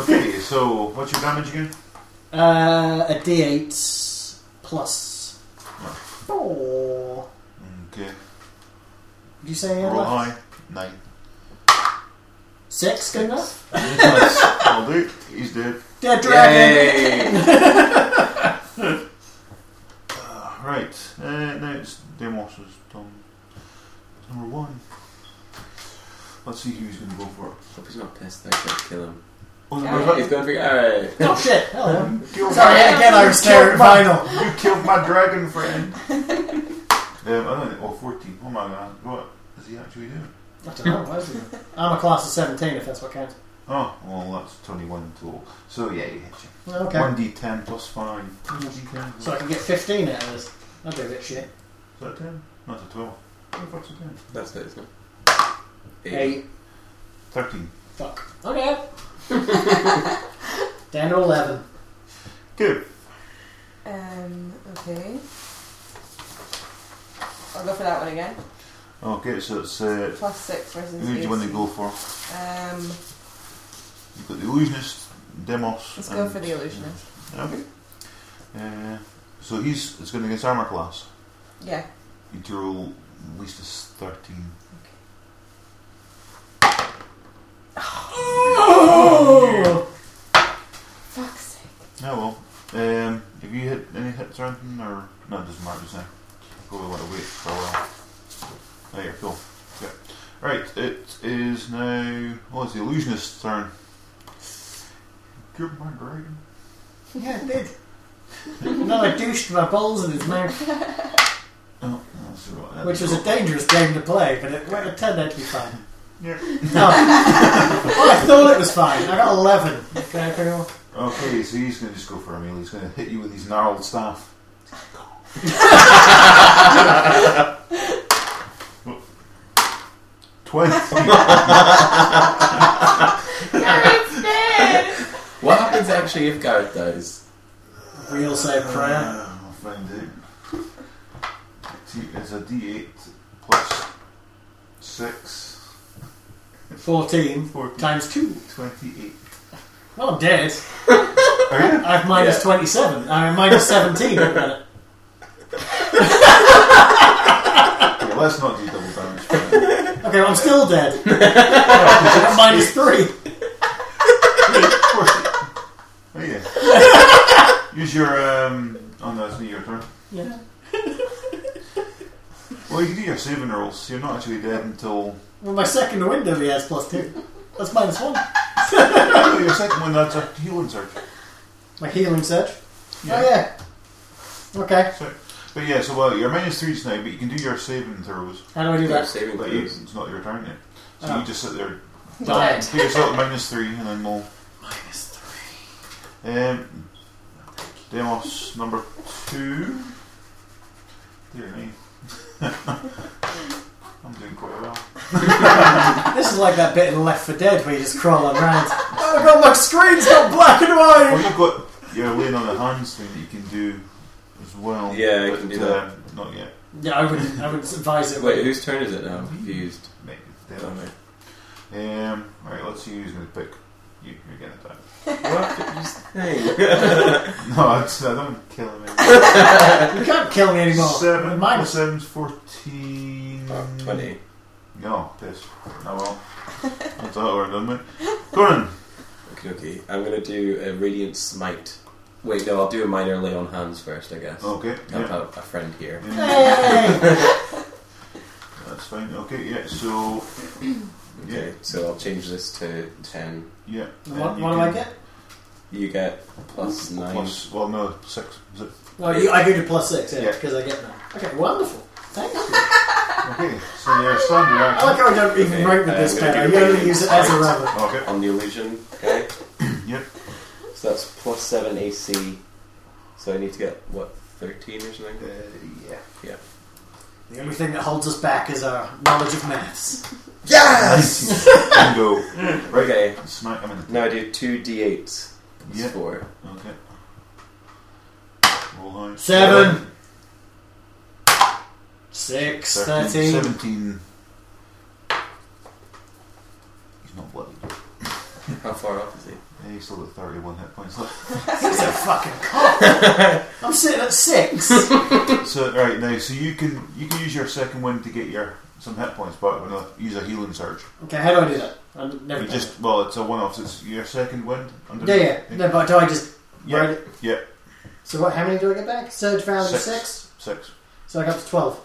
[SPEAKER 2] okay, so what's your damage again?
[SPEAKER 1] Uh, a D8 plus four.
[SPEAKER 2] Okay.
[SPEAKER 1] Did you say you had
[SPEAKER 2] Roll
[SPEAKER 1] left?
[SPEAKER 2] high. Nine.
[SPEAKER 1] Six, good enough?
[SPEAKER 2] Yes. I'll do it. He's dead.
[SPEAKER 1] Dead dragon!
[SPEAKER 5] Yay!
[SPEAKER 2] Right, uh, now it's Demos's done. Number one. Let's see who's going to go for it.
[SPEAKER 5] Hope he's not pissed. I can't kill him.
[SPEAKER 2] Oh, no,
[SPEAKER 6] Alright.
[SPEAKER 2] you
[SPEAKER 5] He's going for alright.
[SPEAKER 1] Oh shit, hello.
[SPEAKER 2] killed
[SPEAKER 1] Sorry,
[SPEAKER 2] my-
[SPEAKER 1] again, I was staring at vinyl.
[SPEAKER 2] You killed my dragon friend. um, I don't know, oh, 14. Oh my god, what is he actually doing?
[SPEAKER 1] I don't know, where's it? I'm a class of 17 if that's what counts.
[SPEAKER 2] Oh, well, that's 21 total. So, yeah, you hit him.
[SPEAKER 1] Okay.
[SPEAKER 2] 1d10 plus 5. 1d10.
[SPEAKER 1] So I can get 15 out of this. I'll do a bit shit.
[SPEAKER 2] Is that a 10? No, it's a 12. What the fuck's a 10?
[SPEAKER 5] That's it, isn't it?
[SPEAKER 1] Eight.
[SPEAKER 2] 13.
[SPEAKER 1] Fuck. Okay. Down to 11.
[SPEAKER 2] Good.
[SPEAKER 6] Um, okay. I'll go for that one again.
[SPEAKER 2] Okay, so it's. Uh,
[SPEAKER 6] Plus six versus
[SPEAKER 2] who do you want to
[SPEAKER 6] AC.
[SPEAKER 2] go for?
[SPEAKER 6] Um,
[SPEAKER 2] You've got the illusionist, Demos.
[SPEAKER 6] let's go
[SPEAKER 2] and-
[SPEAKER 6] for the illusionist.
[SPEAKER 2] Okay. Uh, so he's it's going against armor class.
[SPEAKER 6] Yeah.
[SPEAKER 2] You need to roll at least a s- thirteen.
[SPEAKER 1] Oh!
[SPEAKER 6] Fuck's sake.
[SPEAKER 2] Oh well. Um, have you hit any hits or anything, or no? It doesn't matter just now. Probably want to wait for a while. Oh, yeah, cool. Yeah. Right. It is now. Oh, it's the illusionist's turn. Good my dragon.
[SPEAKER 1] Yeah, it did. now I douched my balls in his mouth,
[SPEAKER 2] Oh, that's the right.
[SPEAKER 1] which was a dangerous game to play, but it, it turned out to be fun. No.
[SPEAKER 2] Yeah.
[SPEAKER 1] well, I thought it was fine. I got 11. Can I figure out-
[SPEAKER 2] Okay, so he's going to just go for a meal. He's going to hit you with his gnarled staff. Twenty.
[SPEAKER 6] it's dead!
[SPEAKER 5] What happens actually if Gareth dies?
[SPEAKER 1] Real say prayer.
[SPEAKER 2] Uh, I'll find out. See, It's a D8 plus 6.
[SPEAKER 1] 14
[SPEAKER 2] 14.
[SPEAKER 1] times 2.
[SPEAKER 2] 28.
[SPEAKER 1] Well, I'm dead.
[SPEAKER 2] Are you?
[SPEAKER 1] I have minus
[SPEAKER 5] Oh, Yeah.
[SPEAKER 1] 27. I'm minus 17. Look at it.
[SPEAKER 2] Okay, let's not do double damage. for now.
[SPEAKER 1] Okay, well, I'm still dead. I'm minus 3.
[SPEAKER 2] Of course it- Oh, yeah. Use your um, Well, you can do your saving rolls. You're not actually dead until.
[SPEAKER 1] Well, my second window he has plus two. That's minus one.
[SPEAKER 2] Oh, your second one, that's a healing surge.
[SPEAKER 1] My healing surge.
[SPEAKER 2] Yeah.
[SPEAKER 1] Oh yeah. Okay.
[SPEAKER 2] So, but yeah, so well, you're minus three just now, but you can do your saving throws.
[SPEAKER 1] How do I do
[SPEAKER 5] Your
[SPEAKER 1] that?
[SPEAKER 5] saving
[SPEAKER 2] But you,
[SPEAKER 5] throws.
[SPEAKER 2] it's not your turn yet. So
[SPEAKER 1] Oh.
[SPEAKER 2] you just sit there,
[SPEAKER 1] Died.
[SPEAKER 2] get yourself at minus three, and then we'll.
[SPEAKER 1] Minus three.
[SPEAKER 2] Um, Demos number two. Dear me. I'm doing quite well.
[SPEAKER 1] This is like that bit in Left for Dead where you just crawl around. oh god, my screen's got black and white.
[SPEAKER 2] Well, you've got your laying on the hands thing that you can do as well.
[SPEAKER 5] Yeah, I
[SPEAKER 2] but,
[SPEAKER 5] can do that.
[SPEAKER 2] uh, Not yet.
[SPEAKER 1] Yeah, I wouldn't. I wouldn't advise it.
[SPEAKER 5] Wait, whose turn is it now? I'm confused.
[SPEAKER 2] Maybe.
[SPEAKER 5] Damn
[SPEAKER 2] Demos.
[SPEAKER 5] it.
[SPEAKER 2] Um, alright, let's see who's going to pick. You, you're getting it down.
[SPEAKER 5] What did you say?
[SPEAKER 2] No, I, just, I don't kill him anymore.
[SPEAKER 1] you can't kill me anymore.
[SPEAKER 2] Seven
[SPEAKER 1] Minus
[SPEAKER 2] plus seven's 14.
[SPEAKER 5] Oh, 20.
[SPEAKER 2] No, piss. No, well. That's that over and done with. Conan!
[SPEAKER 5] Okay, okay. I'm gonna do a radiant smite. Wait, no, I'll do a minor lay on hands first, I guess.
[SPEAKER 2] Okay.
[SPEAKER 5] I
[SPEAKER 2] Oh, yeah.
[SPEAKER 5] have a friend here.
[SPEAKER 2] Yeah,
[SPEAKER 1] Hey!
[SPEAKER 2] that's fine. Okay, yeah, so.
[SPEAKER 5] Okay, so I'll change this to 10.
[SPEAKER 2] Yeah.
[SPEAKER 1] what what do
[SPEAKER 2] and
[SPEAKER 1] I get?
[SPEAKER 5] You get plus 9.
[SPEAKER 2] Plus, well, no, six. Is it?
[SPEAKER 1] Well, you, I go to plus six, yeah,
[SPEAKER 2] Yeah.
[SPEAKER 1] because I get that. Okay, wonderful. Thank you.
[SPEAKER 2] Okay, so you're standing
[SPEAKER 1] I like
[SPEAKER 2] action.
[SPEAKER 1] how I don't even
[SPEAKER 5] Okay,
[SPEAKER 1] write with
[SPEAKER 5] uh,
[SPEAKER 1] this
[SPEAKER 5] I'm
[SPEAKER 1] pen. I
[SPEAKER 5] gonna do
[SPEAKER 1] only
[SPEAKER 5] it.
[SPEAKER 1] use it as a rubber.
[SPEAKER 2] Okay,
[SPEAKER 5] On the illusion, okay?
[SPEAKER 2] Yep.
[SPEAKER 5] So that's plus 7 AC. So I need to get, what, 13 or something?
[SPEAKER 2] yeah.
[SPEAKER 1] The only thing that holds us back is our knowledge of maths.
[SPEAKER 2] Yes! Bingo. Right,
[SPEAKER 5] Okay,
[SPEAKER 2] smack him in the
[SPEAKER 5] now I do 2 d8s. That's
[SPEAKER 2] Yeah.
[SPEAKER 5] 4.
[SPEAKER 2] Okay. Roll high.
[SPEAKER 1] Seven. Six,
[SPEAKER 2] Thirteen,
[SPEAKER 1] thirteen.
[SPEAKER 2] 17. He's not bloody.
[SPEAKER 5] How far off is he?
[SPEAKER 2] Yeah, he's still got 31 hit points left.
[SPEAKER 1] He's a fucking cock. I'm sitting at six.
[SPEAKER 2] so, right now, so you can you can use your second wind to get your some hit points back, but no, use a healing surge.
[SPEAKER 1] okay, how do I do that? I've never
[SPEAKER 2] You
[SPEAKER 1] done
[SPEAKER 2] just well, it's a one-off. So it's your second wind.
[SPEAKER 1] that. Yeah, yeah. No, but do I just
[SPEAKER 2] Yeah.
[SPEAKER 1] write it?
[SPEAKER 2] Yeah.
[SPEAKER 1] So what? How many do I get back? Surge round
[SPEAKER 2] Six.
[SPEAKER 1] six. six.
[SPEAKER 2] Six,
[SPEAKER 1] So I got to twelve.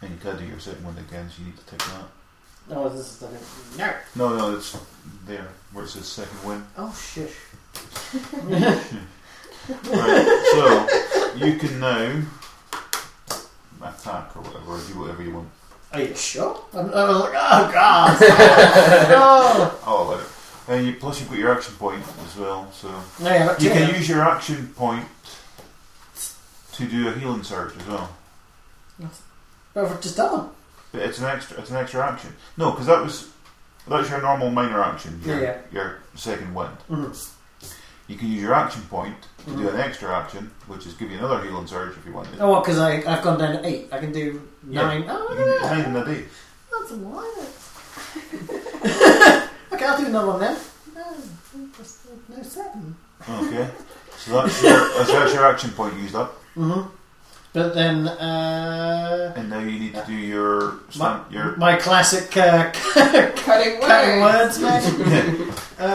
[SPEAKER 2] and you can do your second wind again. So you need to take that.
[SPEAKER 1] Oh, this is nothing. No.
[SPEAKER 2] No, no, it's there where it says second wind.
[SPEAKER 1] Oh shush.
[SPEAKER 2] Right, so you can now attack or whatever, or do whatever you want.
[SPEAKER 1] Are you sure? I'm, I was like, oh god. Oh. no.
[SPEAKER 2] I'll allow it. And Oh, uh, you, plus, you've got your action point as well, so
[SPEAKER 1] No, yeah, but
[SPEAKER 2] you can
[SPEAKER 1] yeah.
[SPEAKER 2] use your action point to do a healing surge as well.
[SPEAKER 1] But I've just done one.
[SPEAKER 2] But it's an extra, it's an extra action. No, because that was that's your normal minor action. Your,
[SPEAKER 1] Yeah, yeah.
[SPEAKER 2] your second wind.
[SPEAKER 1] Mhm.
[SPEAKER 2] You can use your action point to do
[SPEAKER 1] Mhm.
[SPEAKER 2] an extra action, which is give you another healing surge if you want it.
[SPEAKER 1] Oh, what? Because I I've gone down to eight. I can do
[SPEAKER 2] Yeah.
[SPEAKER 1] nine. Oh,
[SPEAKER 2] You
[SPEAKER 1] look
[SPEAKER 2] can do
[SPEAKER 1] at that.
[SPEAKER 2] nine in a day.
[SPEAKER 1] That's wild. okay, I'll do another one then. No, that's- no seven.
[SPEAKER 2] Okay, so that's your, that's your action point used up.
[SPEAKER 1] Mm-hmm. But then uh,
[SPEAKER 2] And now you need to do your
[SPEAKER 1] my,
[SPEAKER 2] stamp, your
[SPEAKER 1] my classic uh,
[SPEAKER 6] Cutting
[SPEAKER 1] cutting
[SPEAKER 6] words.
[SPEAKER 1] words, man. uh,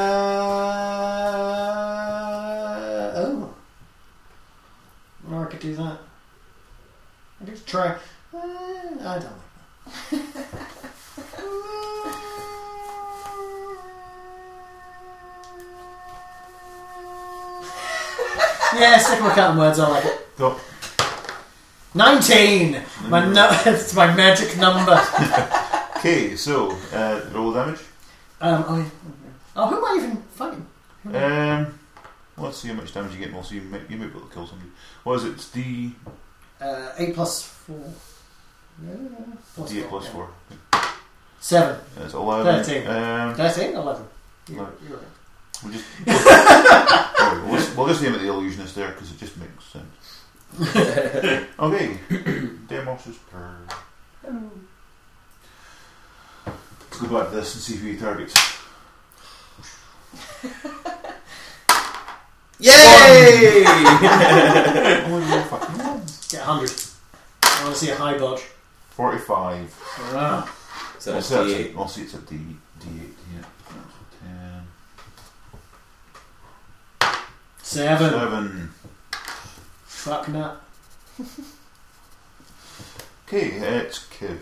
[SPEAKER 1] oh, Or I could do that. I could try. Uh, I don't. like- yeah, stick with my cutting words. I like it.
[SPEAKER 2] Go.
[SPEAKER 1] Nineteen. My nu- it's my magic number.
[SPEAKER 2] Okay, so uh, roll damage.
[SPEAKER 1] Um, oh, yeah. oh, who am I even fighting?
[SPEAKER 2] Um, let's see how much damage you get. and We'll see. You may, you may be able to kill somebody. What is it? It's D
[SPEAKER 1] Uh, eight plus four. No, no, no. Plus
[SPEAKER 2] D eight plus
[SPEAKER 1] yeah.
[SPEAKER 2] four.
[SPEAKER 1] Seven.
[SPEAKER 2] That's eleven.
[SPEAKER 1] Thirteen.
[SPEAKER 2] Um,
[SPEAKER 1] Thirteen. Eleven. You-
[SPEAKER 2] Eleven.
[SPEAKER 1] you're right.
[SPEAKER 2] we'll just Sorry, we'll just, we'll just name it the illusionist there because it just makes sense. okay, Demos is per. Let's go back to this and see who he targets.
[SPEAKER 5] Yay!
[SPEAKER 2] Only one Oh, fucking one.
[SPEAKER 1] Get a hundred. I want to see a high dodge.
[SPEAKER 2] Forty-five.
[SPEAKER 1] Ah.
[SPEAKER 5] so
[SPEAKER 2] I'll
[SPEAKER 5] that's
[SPEAKER 2] say it's
[SPEAKER 5] d8.
[SPEAKER 2] a- I'll say it's a D, D8, yeah. Ten,
[SPEAKER 1] Seven.
[SPEAKER 2] seven.
[SPEAKER 1] Fuck nut.
[SPEAKER 2] Okay, it's Kiv.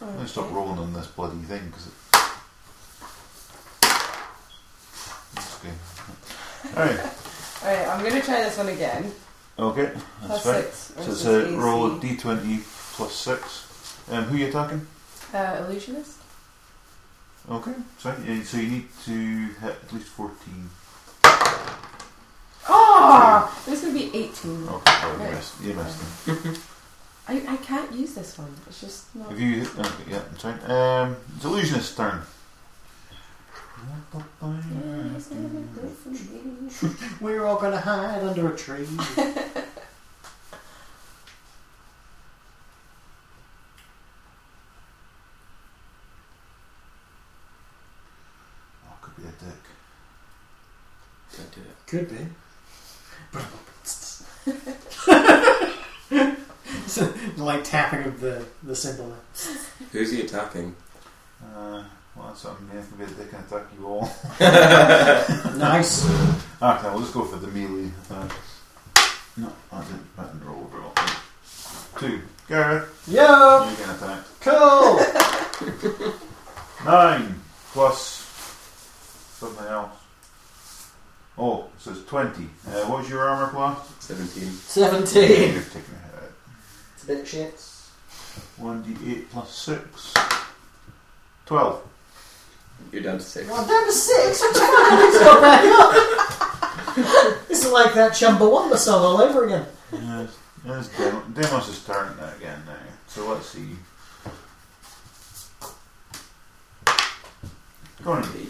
[SPEAKER 2] I'm going to stop rolling on this bloody thing because it. It's okay. Alright,
[SPEAKER 6] Alright, I'm gonna try this one again.
[SPEAKER 2] okay,
[SPEAKER 6] Plus
[SPEAKER 2] that's fine.
[SPEAKER 6] six.
[SPEAKER 2] So it's
[SPEAKER 6] versus
[SPEAKER 2] a roll of
[SPEAKER 6] AC.
[SPEAKER 2] d20 plus 6. Um, who are you attacking?
[SPEAKER 6] Uh, illusionist?
[SPEAKER 2] Okay, so, yeah, so you need to hit at least 14.
[SPEAKER 6] Oh! This would be 18.
[SPEAKER 2] Okay, oh, you
[SPEAKER 6] Right.
[SPEAKER 2] missed. You missed them.
[SPEAKER 6] I, I can't use this one. It's just not.
[SPEAKER 2] Have you hit. Okay, yeah, that's right. Um, it's Illusionist's turn.
[SPEAKER 1] We're all gonna hide under a tree.
[SPEAKER 2] Oh, could be a dick.
[SPEAKER 5] Don't do it.
[SPEAKER 1] Could be. So, like tapping of the the symbol.
[SPEAKER 5] Who's he attacking?
[SPEAKER 2] Uh, well, that's something. Yeah, could be a dick and attack you all.
[SPEAKER 1] Nice.
[SPEAKER 2] Ah, okay, we'll just go for the melee. Uh, no, I didn't, I didn't roll over all. Two. Gareth,
[SPEAKER 1] Yo,
[SPEAKER 2] you're getting attacked.
[SPEAKER 1] cool.
[SPEAKER 2] Nine plus something else. Oh, so it's 20. Uh, what was your armour class?
[SPEAKER 5] 17.
[SPEAKER 1] Seventeen.
[SPEAKER 2] You've taken a hit.
[SPEAKER 1] It's a bit shit.
[SPEAKER 2] 1d8 plus 6. 12.
[SPEAKER 5] You're down to 6.
[SPEAKER 1] Well, that was six. It's got back up. This is like that Chumbawamba song all over again.
[SPEAKER 2] Yes, yes, Demos, Demos is turning that again now. So let's see. Twenty.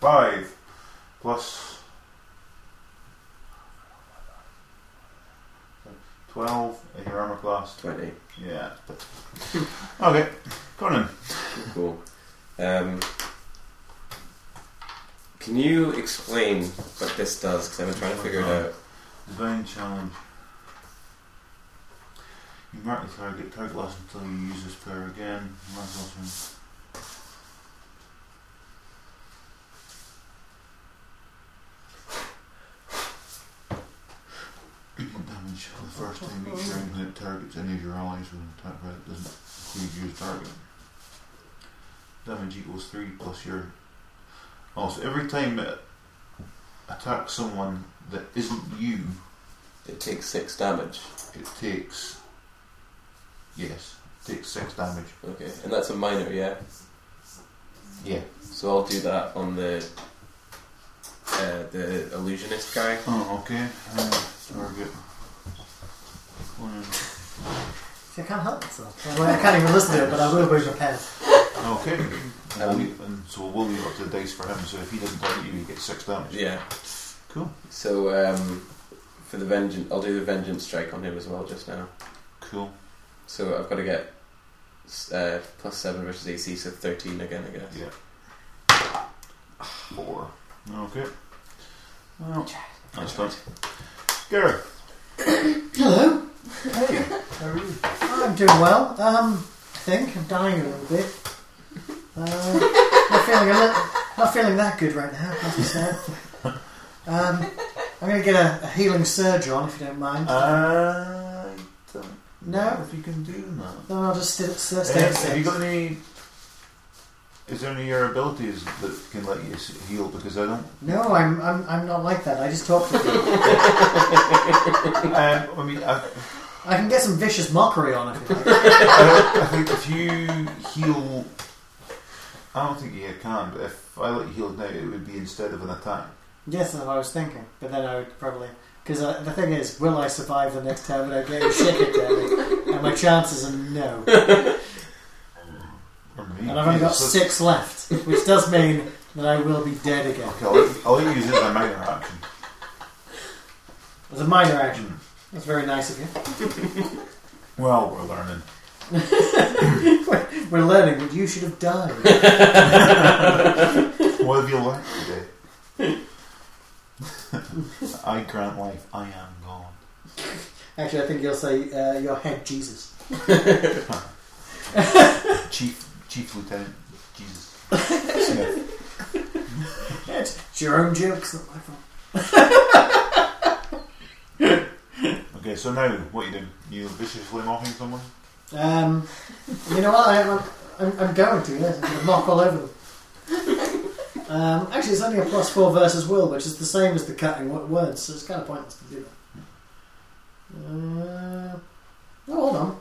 [SPEAKER 2] Five plus twelve in your armor class.
[SPEAKER 5] 20.
[SPEAKER 2] Yeah. but- Okay. Conan.
[SPEAKER 5] Cool. Um, can you explain what this does? Because I've been trying to figure it out.
[SPEAKER 2] Divine challenge. You mark the target, target lasts until you use this prayer again. Last last one. Equal damage for the first time each round that targets any of your allies with an attack roll that doesn't include your target. Damage equals 3 plus your. Also, every time it attacks someone that isn't you,
[SPEAKER 5] It takes 6 damage.
[SPEAKER 2] it takes. Yes, it takes six damage.
[SPEAKER 5] Okay. And that's a minor, yeah?
[SPEAKER 2] Yeah.
[SPEAKER 5] So I'll do that on the uh, the illusionist guy.
[SPEAKER 2] Oh, okay. Uh, target. One.
[SPEAKER 1] See, I can't help myself. I, mean, I can't even listen to it, but I will be prepared.
[SPEAKER 2] Okay. And, we'll leave- and so we'll leave up to the dice for him. So if he doesn't target you, you get six damage.
[SPEAKER 5] Yeah.
[SPEAKER 2] Cool.
[SPEAKER 5] So um, for the vengeance, I'll do the vengeance strike on him as well just now.
[SPEAKER 2] Cool.
[SPEAKER 5] So I've got to get uh, plus 7 versus AC, so 13 again, I guess.
[SPEAKER 2] Yeah. Four. Okay. Well, that's done. Gareth.
[SPEAKER 1] Hello.
[SPEAKER 2] Hey.
[SPEAKER 1] How are you? I'm doing well. Um, I think I'm dying a little bit. Uh, not feeling a little, not feeling that good right now. That's sad. Um, I'm going to get a, a healing surge on if you don't mind.
[SPEAKER 2] Uh, I don't
[SPEAKER 1] No.
[SPEAKER 2] know if you can do that.
[SPEAKER 1] then I'll just sit, sit,
[SPEAKER 2] Uh,
[SPEAKER 1] stay at
[SPEAKER 2] have you
[SPEAKER 1] six.
[SPEAKER 2] got any? Is there any of your abilities that can let you s- heal? Because I don't.
[SPEAKER 1] No, I'm, I'm I'm not like that. I just talk to people.
[SPEAKER 2] Um, I mean, I,
[SPEAKER 1] I can get some vicious mockery on if you like.
[SPEAKER 2] I, I think if you heal, I don't think you can. But if I let you heal now, it would be instead of an attack.
[SPEAKER 1] Yes, that's what I was thinking. But then I would probably because uh, the thing is, will I survive the next time that I get a shit kicked at me? And my chances are no.
[SPEAKER 2] Or me.
[SPEAKER 1] And I've only got
[SPEAKER 2] Jesus,
[SPEAKER 1] six left, which does mean that I will be dead again.
[SPEAKER 2] Okay, I'll, let- I'll let you use it as a minor action.
[SPEAKER 1] As a minor action. That's very nice of you.
[SPEAKER 2] Well, we're learning.
[SPEAKER 1] We're learning that you should have died.
[SPEAKER 2] What have you learned today? I grant life. I am God.
[SPEAKER 1] Actually, I think you'll say uh, your head Jesus.
[SPEAKER 2] Chief, Chief Lieutenant Jesus. Smith.
[SPEAKER 1] It's your own joke, it's not my fault.
[SPEAKER 2] so now, what are you doing? You viciously mocking someone?
[SPEAKER 1] Um, you know what? I, I'm, I'm, I'm going to, yes. I'm gonna knock all over them. Um, actually, it's only a plus four versus will, which is the same as the cutting wo- words, so it's kind of pointless to do that. Uh, no, hold on.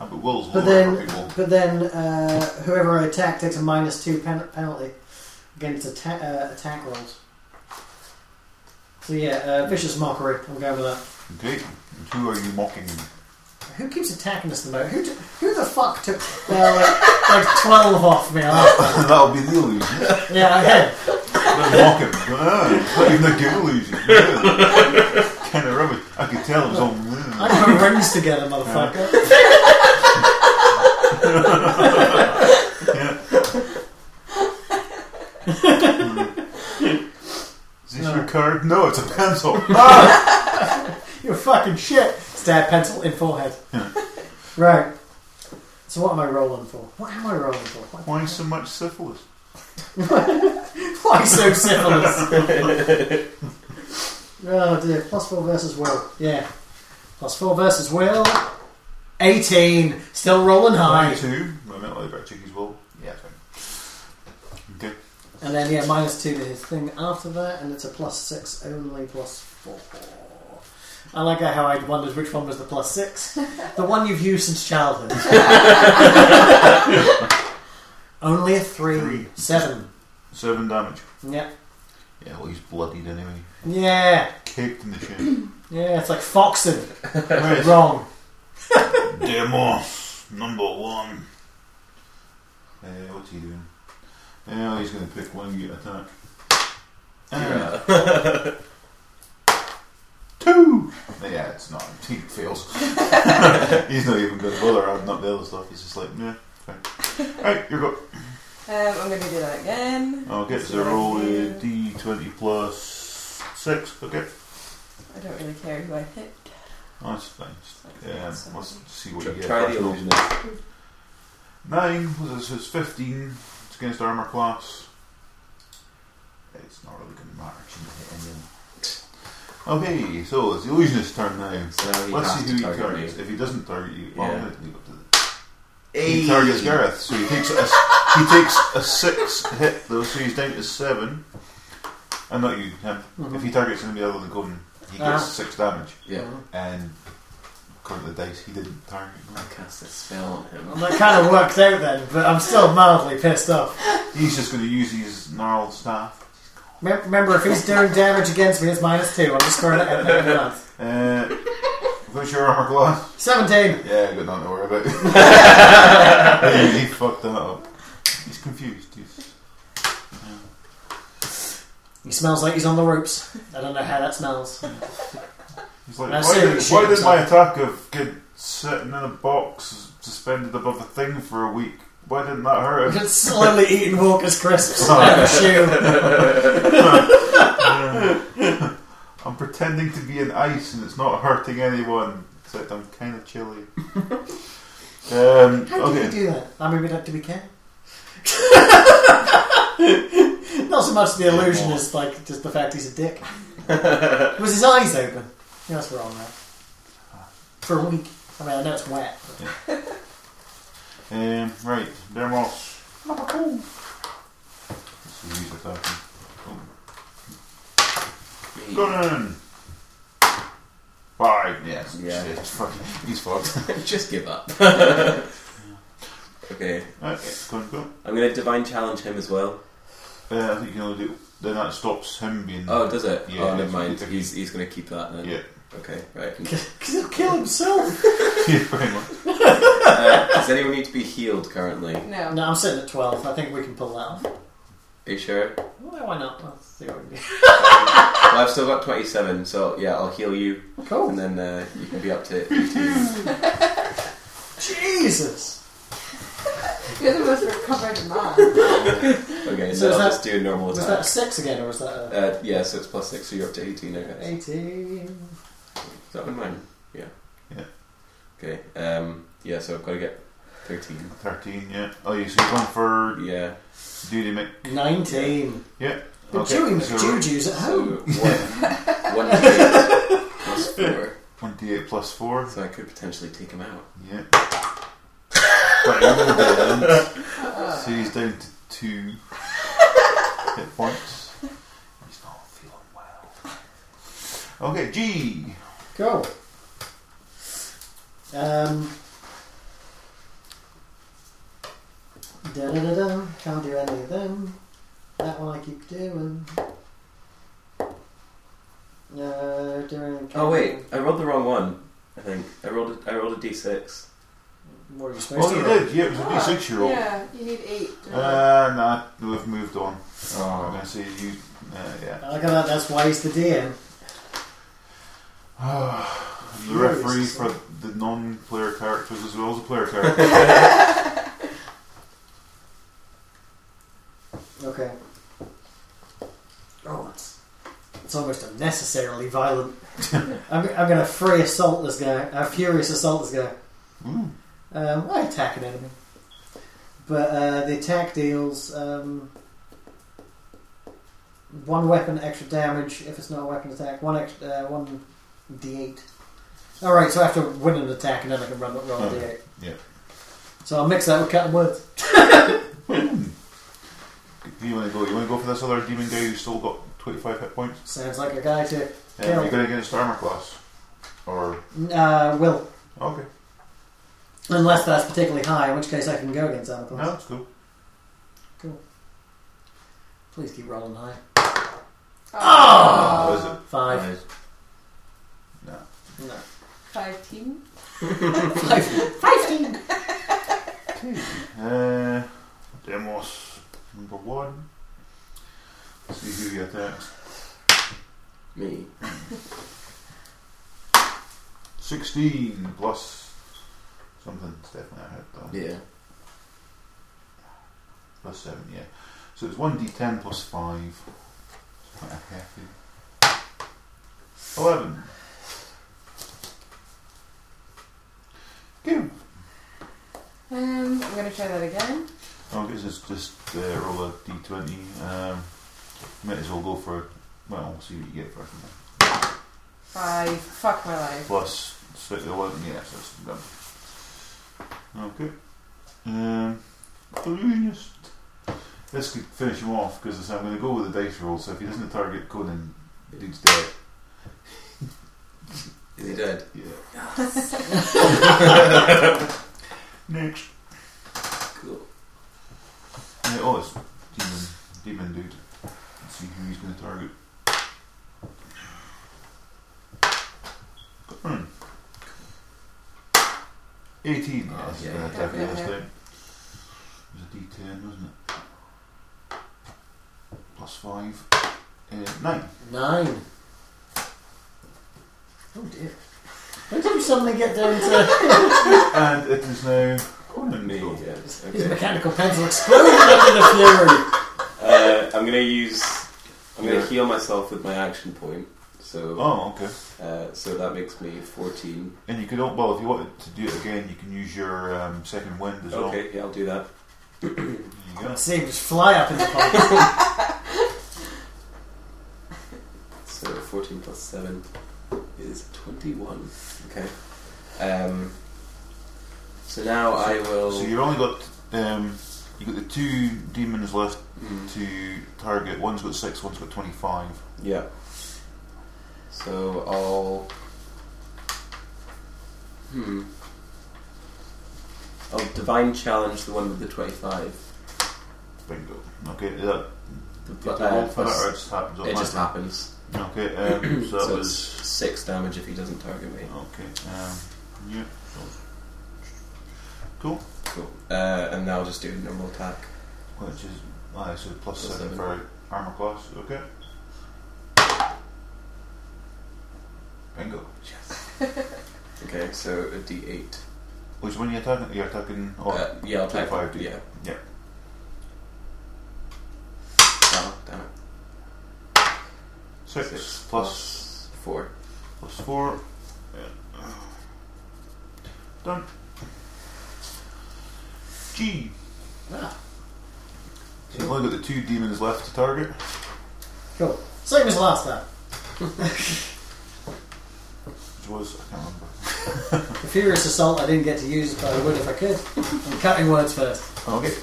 [SPEAKER 2] Ah, but Will's
[SPEAKER 1] But
[SPEAKER 2] lower
[SPEAKER 1] then-
[SPEAKER 2] for people.
[SPEAKER 1] But then uh, whoever I attack takes a minus two pen- penalty against atta- uh, attack rolls. So yeah, uh, vicious mockery. I'm going with that.
[SPEAKER 2] Okay. And who are you mocking?
[SPEAKER 1] Who keeps attacking us the most? Who, t- who the fuck took uh, like, like twelve off me? Oh, last time?
[SPEAKER 2] That'll be the illusion.
[SPEAKER 1] yeah, okay.
[SPEAKER 2] Don't mock him. Ah, it's not even a good illusion. kind of rubbish. I could tell it was all.
[SPEAKER 1] I put rings together, motherfucker.
[SPEAKER 2] Is this your card? No, it's a pencil.
[SPEAKER 1] You're fucking shit. Stab pencil in forehead. right. So what am I rolling for? What am I rolling for? What-
[SPEAKER 2] Why so much syphilis?
[SPEAKER 1] Why so syphilis? oh dear. Plus four versus will. Yeah. Plus four versus will. 18. Still rolling high.
[SPEAKER 2] Two. My mental about chickies will. Yeah, fine. Okay.
[SPEAKER 1] And then, yeah, minus two to his thing after that, and it's a plus six only, plus four. I like how I wondered which one was the plus six. the one you've used since childhood. only a three.
[SPEAKER 2] Three.
[SPEAKER 1] Seven.
[SPEAKER 2] Seven damage.
[SPEAKER 1] Yep.
[SPEAKER 2] Yeah, well, he's bloodied anyway.
[SPEAKER 1] Yeah.
[SPEAKER 2] Kicked in the shin.
[SPEAKER 1] Yeah, it's like foxing.
[SPEAKER 2] Right.
[SPEAKER 1] Wrong.
[SPEAKER 2] Demo number one. Uh, what's he doing? Uh, he's going to pick one get attack. Uh, two. Yeah, it's not. He fails. he's not even going to bother adding up the other stuff. He's just like, yeah, fine. Right, you're go.
[SPEAKER 6] Um, I'm going to do that again.
[SPEAKER 2] I'll get to roll a d twenty plus six. Okay,
[SPEAKER 6] I don't really care who I hit.
[SPEAKER 2] that's fine. Just, um, let's see what you get.
[SPEAKER 5] Try
[SPEAKER 2] first
[SPEAKER 5] the
[SPEAKER 2] of all.
[SPEAKER 5] illusion.
[SPEAKER 2] Nine. Well, This is fifteen. It's against armor class. It's not really going to matter. She didn't hit anyone. Okay, so it's the illusionist's turn now.
[SPEAKER 5] So now he
[SPEAKER 2] Let's
[SPEAKER 5] has
[SPEAKER 2] see who
[SPEAKER 5] to
[SPEAKER 2] he
[SPEAKER 5] target
[SPEAKER 2] targets.
[SPEAKER 5] me.
[SPEAKER 2] If he doesn't target you, well, I'm
[SPEAKER 5] Yeah.
[SPEAKER 2] gonna leave it to the- he targets Gareth. So he takes a he takes a six hit though, so he's down to seven. And not you, him.
[SPEAKER 1] Mhm.
[SPEAKER 2] If he targets anybody other than Gordon, he gets
[SPEAKER 1] Ah.
[SPEAKER 2] six damage.
[SPEAKER 5] Yeah.
[SPEAKER 2] And according to the dice, he didn't target. me.
[SPEAKER 5] I cast a spell on
[SPEAKER 1] Well,
[SPEAKER 5] him.
[SPEAKER 1] that kind of worked out then, but I'm still mildly pissed off.
[SPEAKER 2] He's just going to use his gnarled staff.
[SPEAKER 1] Mem- Remember, if he's doing damage against me, it's minus two. I'm just scoring it at advance.
[SPEAKER 2] Uh, what's your armor class?
[SPEAKER 1] 17.
[SPEAKER 2] Yeah, I got nothing to worry about. he, he fucked that up. He's confused. He's,
[SPEAKER 1] He smells like he's on the ropes. I don't know how that smells.
[SPEAKER 2] he's like,
[SPEAKER 1] That's
[SPEAKER 2] why
[SPEAKER 1] it,
[SPEAKER 2] did,
[SPEAKER 1] he
[SPEAKER 2] why
[SPEAKER 1] shoots
[SPEAKER 2] did my attack of kid sitting in a box suspended above a thing for a week? Why didn't that hurt him?
[SPEAKER 1] It's slowly eating Walker's crisps out of a shoe.
[SPEAKER 2] I'm pretending to be in ice and it's not hurting anyone, except I'm kind of chilly. um,
[SPEAKER 1] How do you
[SPEAKER 2] okay,
[SPEAKER 1] do that? I mean, we don't, do we care? Not so much the illusion as like just the fact he's a dick. Was his eyes open? Yeah, that's wrong now. For a week. I mean, I know it's wet. but-
[SPEAKER 2] um, right, Dermos. Let's see who's attacking. Gunnan. Five. Yes.
[SPEAKER 5] Yeah.
[SPEAKER 2] Shit, fuck, He's fucked.
[SPEAKER 5] Just give up. okay.
[SPEAKER 2] Okay. Gunnan, go.
[SPEAKER 5] I'm going to divine challenge him as well.
[SPEAKER 2] Uh, I think you can only do. Then that stops him being.
[SPEAKER 5] Oh, does it?
[SPEAKER 2] Yeah,
[SPEAKER 5] oh, never
[SPEAKER 2] it's-
[SPEAKER 5] mind.
[SPEAKER 2] it's-
[SPEAKER 5] He's he's going to keep that then.
[SPEAKER 2] Yeah.
[SPEAKER 5] Okay, right.
[SPEAKER 1] Because he'll kill himself.
[SPEAKER 2] yeah, pretty much.
[SPEAKER 5] uh, does anyone need to be healed currently? Are
[SPEAKER 6] No.
[SPEAKER 1] No, I'm sitting at 12. I think we can pull that off.
[SPEAKER 5] you sure?
[SPEAKER 1] Well, why not? Let's see what we do.
[SPEAKER 5] Well, I've still got 27, so yeah, I'll heal you, and
[SPEAKER 1] Cool.
[SPEAKER 5] then uh, you can be up to 18.
[SPEAKER 1] Jesus.
[SPEAKER 6] You're the most recovered man.
[SPEAKER 5] Okay,
[SPEAKER 1] So is
[SPEAKER 5] so I'll
[SPEAKER 1] that-
[SPEAKER 5] just do a normal
[SPEAKER 1] Was that a
[SPEAKER 5] attack.
[SPEAKER 1] 6 again, or was that a
[SPEAKER 5] Uh, yeah, so it's plus 6, so you're up to 18, I guess. Is
[SPEAKER 1] 18?
[SPEAKER 5] that one mine? Yeah.
[SPEAKER 2] Yeah.
[SPEAKER 5] Okay, um, yeah, so I've got to get 13.
[SPEAKER 2] Thirteen. Yeah. Oh, you see one for
[SPEAKER 5] Yeah.
[SPEAKER 2] duty Mick.
[SPEAKER 1] 19.
[SPEAKER 2] Yeah.
[SPEAKER 1] But Chewy
[SPEAKER 2] so-
[SPEAKER 1] Oh. McJuju's at home.
[SPEAKER 5] So, one, one, d8, four,
[SPEAKER 2] 28 plus 4.
[SPEAKER 5] so I could potentially take him out.
[SPEAKER 2] Yeah. but evil down. So he's down to 2 hit points. He's not feeling well. Okay, G.
[SPEAKER 1] Cool. Um. Da da da da. Can't do any of them. That one I keep doing. Uh, doing.
[SPEAKER 5] Oh wait, I rolled the wrong one. I think I rolled a, I rolled a d6.
[SPEAKER 1] What are you supposed to
[SPEAKER 2] Well, you
[SPEAKER 1] do?
[SPEAKER 2] did. Oh, Yeah, it was a
[SPEAKER 6] Ah,
[SPEAKER 2] D6 you rolled.
[SPEAKER 4] Yeah, you need eight. don't you?
[SPEAKER 2] Uh, nah, we've moved on. I'm
[SPEAKER 5] Oh.
[SPEAKER 2] going to say you. Uh, yeah.
[SPEAKER 1] Look at that. That's why he's the DM.
[SPEAKER 2] The referee for the non player characters as well as the player characters.
[SPEAKER 1] Okay. Oh, it's, it's almost unnecessarily violent. I'm, I'm going to free assault this guy. A furious assault this guy.
[SPEAKER 2] Mm.
[SPEAKER 1] Um, I attack an enemy. But uh, the attack deals um, one weapon extra damage if it's not a weapon attack. One ex- uh, one d8. All right, so I have to win an attack and then I can run roll a
[SPEAKER 2] Okay,
[SPEAKER 1] d8.
[SPEAKER 2] yeah.
[SPEAKER 1] So I'll mix that with cut and words.
[SPEAKER 2] Do you want to go? You want to go for this other demon guy who's still got 25 hit points?
[SPEAKER 1] Sounds like a guy to
[SPEAKER 2] Uh,
[SPEAKER 1] Yeah.
[SPEAKER 2] You're going to get his armor class, or
[SPEAKER 1] uh, will,
[SPEAKER 2] okay,
[SPEAKER 1] unless that's particularly high, in which case I can go against armor
[SPEAKER 2] no,
[SPEAKER 1] class.
[SPEAKER 2] that's cool.
[SPEAKER 1] Please keep rolling high.
[SPEAKER 2] What is
[SPEAKER 4] Oh!
[SPEAKER 2] it?
[SPEAKER 1] Five.
[SPEAKER 5] Nice.
[SPEAKER 1] No.
[SPEAKER 4] Fifteen?
[SPEAKER 1] Fifteen.
[SPEAKER 2] Uh, Demos number one. Let's see who he attacks.
[SPEAKER 5] Me.
[SPEAKER 2] 16 plus something. It's definitely a hit though.
[SPEAKER 5] Yeah.
[SPEAKER 2] Plus seven, yeah. So it's one d10 plus five. It's quite a hefty. Eleven. Good.
[SPEAKER 6] Um, I'm gonna try that again.
[SPEAKER 2] I guess it's just uh, roll a d20. Um, might as well go for. Well, we'll see what you get first.
[SPEAKER 6] Five. Fuck my life.
[SPEAKER 2] Plus six, eleven. Yeah, so it's done. Okay. Um, Colonius. This could finish him off because I'm going to go with the dice roll. So if he doesn't target Conan, dude's dead.
[SPEAKER 5] Is he dead?
[SPEAKER 2] Yeah. Next.
[SPEAKER 5] Cool.
[SPEAKER 2] Uh, oh, it's demon, demon dude. Let's see who he's going to target. Conan. Eighteen.
[SPEAKER 5] Oh,
[SPEAKER 2] yes,
[SPEAKER 5] yeah,
[SPEAKER 2] yeah,
[SPEAKER 5] yeah.
[SPEAKER 2] attack yeah,
[SPEAKER 6] Yeah, yeah.
[SPEAKER 2] It was a D ten, wasn't it? Plus five. Uh, nine.
[SPEAKER 1] Nine. Oh dear. When did you suddenly get down to
[SPEAKER 2] and it is now Conan.
[SPEAKER 5] Me.
[SPEAKER 2] go.
[SPEAKER 5] Yes.
[SPEAKER 1] his
[SPEAKER 5] Okay.
[SPEAKER 1] mechanical pencil exploding under the fury?
[SPEAKER 5] Uh, I'm gonna use. I'm gonna
[SPEAKER 2] Yeah.
[SPEAKER 5] heal myself with my action point. So,
[SPEAKER 2] Oh, okay.
[SPEAKER 5] uh, so that makes me 14.
[SPEAKER 2] And you could, al- well, if you wanted to do it again, you can use your um, second wind as well.
[SPEAKER 5] Okay, yeah, I'll do that.
[SPEAKER 2] There you go.
[SPEAKER 1] See him just fly up in the pocket.
[SPEAKER 5] So 14 plus 7 is 21. Okay. Um, so now I will.
[SPEAKER 2] So you've only got um, you got the two demons left
[SPEAKER 5] Mm,
[SPEAKER 2] to target. One's got six, one's got twenty-five.
[SPEAKER 5] yeah. So I'll. Hmm. I'll divine challenge the one with the 25.
[SPEAKER 2] Bingo. Okay, is that
[SPEAKER 5] The,
[SPEAKER 2] you have to
[SPEAKER 5] uh,
[SPEAKER 2] roll for that,
[SPEAKER 5] plus-
[SPEAKER 2] or it just happens
[SPEAKER 5] it just
[SPEAKER 2] automatically?
[SPEAKER 5] happens.
[SPEAKER 2] Okay, um, so that
[SPEAKER 5] so it's
[SPEAKER 2] was
[SPEAKER 5] six damage if he doesn't target me.
[SPEAKER 2] okay. Um, yeah. so- Cool.
[SPEAKER 5] Cool. Uh, and now I'll just do a normal attack.
[SPEAKER 2] Which is I so plus
[SPEAKER 5] Plus
[SPEAKER 2] seven,
[SPEAKER 5] seven.
[SPEAKER 2] for armor class. Okay. Bingo.
[SPEAKER 5] Okay, so a d8.
[SPEAKER 2] Which one are you attacking? You're attacking. Oh,
[SPEAKER 5] Uh, yeah, I'll attack.
[SPEAKER 2] 25,
[SPEAKER 5] yeah.
[SPEAKER 2] yeah.
[SPEAKER 5] Oh, damn it.
[SPEAKER 2] Six,
[SPEAKER 5] Six
[SPEAKER 2] plus
[SPEAKER 5] plus four.
[SPEAKER 2] plus four. Yeah. Done. G.
[SPEAKER 1] Ah,
[SPEAKER 2] So you've only got the two demons left to target.
[SPEAKER 1] cool. Same as last time.
[SPEAKER 2] was. I can't remember.
[SPEAKER 1] The furious assault I didn't get to use, but I would if I could. I'm counting words first.
[SPEAKER 2] Okay.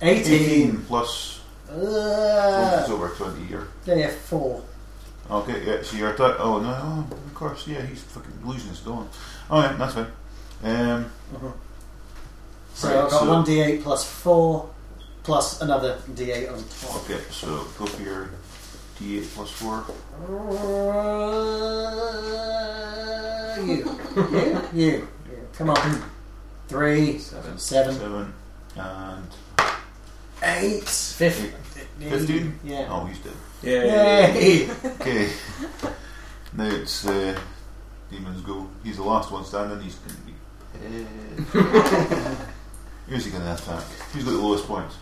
[SPEAKER 1] 18.
[SPEAKER 2] 18 plus. oh, it's
[SPEAKER 1] Uh,
[SPEAKER 2] over 20 year.
[SPEAKER 1] yeah, yeah, 4.
[SPEAKER 2] Okay, yeah, so you're attack. Oh, no, oh, of course, yeah, he's fucking losing his dawn. Oh, yeah, that's fine. Um,
[SPEAKER 1] So
[SPEAKER 2] Right,
[SPEAKER 1] I've got
[SPEAKER 2] so-
[SPEAKER 1] 1d8 plus 4 plus another d8 on top.
[SPEAKER 2] okay, so go for your d8 plus 4.
[SPEAKER 1] Uh, You. you. You. Come on. 3,
[SPEAKER 5] Seven.
[SPEAKER 1] 7,
[SPEAKER 2] 7 and
[SPEAKER 1] 8, fif-
[SPEAKER 2] 15?
[SPEAKER 1] Yeah.
[SPEAKER 2] Oh, he's dead.
[SPEAKER 5] Yeah.
[SPEAKER 1] Yay!
[SPEAKER 2] Okay. now it's uh, Demon's Go. He's the last one standing. He's going to be pissed. Who's he going to attack? Who's got the lowest points?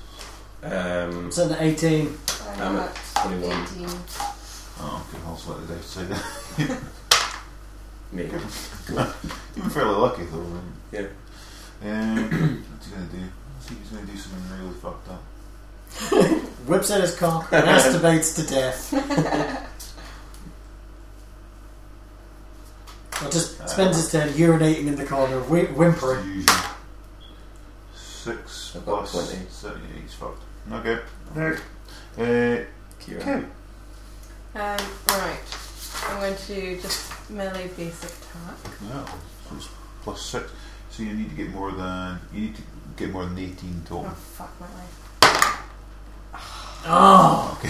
[SPEAKER 5] Um,
[SPEAKER 1] It's an 18.
[SPEAKER 5] I'm at 21.
[SPEAKER 4] 18.
[SPEAKER 2] Oh, okay, I'll select the dice side.
[SPEAKER 5] me.
[SPEAKER 2] You've been fairly lucky though. haven't you?
[SPEAKER 5] Yeah.
[SPEAKER 2] Um, what's he going to do? I think he's going to do something really fucked up.
[SPEAKER 1] Whips at his cock, masturbates to death. Or just spends his turn urinating in the corner, whi-
[SPEAKER 2] It's
[SPEAKER 1] whimpering.
[SPEAKER 2] the usual. 6
[SPEAKER 5] I've got
[SPEAKER 2] plus
[SPEAKER 5] 20.
[SPEAKER 2] 78, he's fucked. Okay. Uh,
[SPEAKER 5] Kira.
[SPEAKER 2] Kim.
[SPEAKER 6] Um, right. I'm going to just melee basic attack.
[SPEAKER 2] No, so it's plus six. So you need to get more than you need to get more than eighteen
[SPEAKER 6] Oh,
[SPEAKER 2] total.
[SPEAKER 6] fuck my life.
[SPEAKER 1] Oh!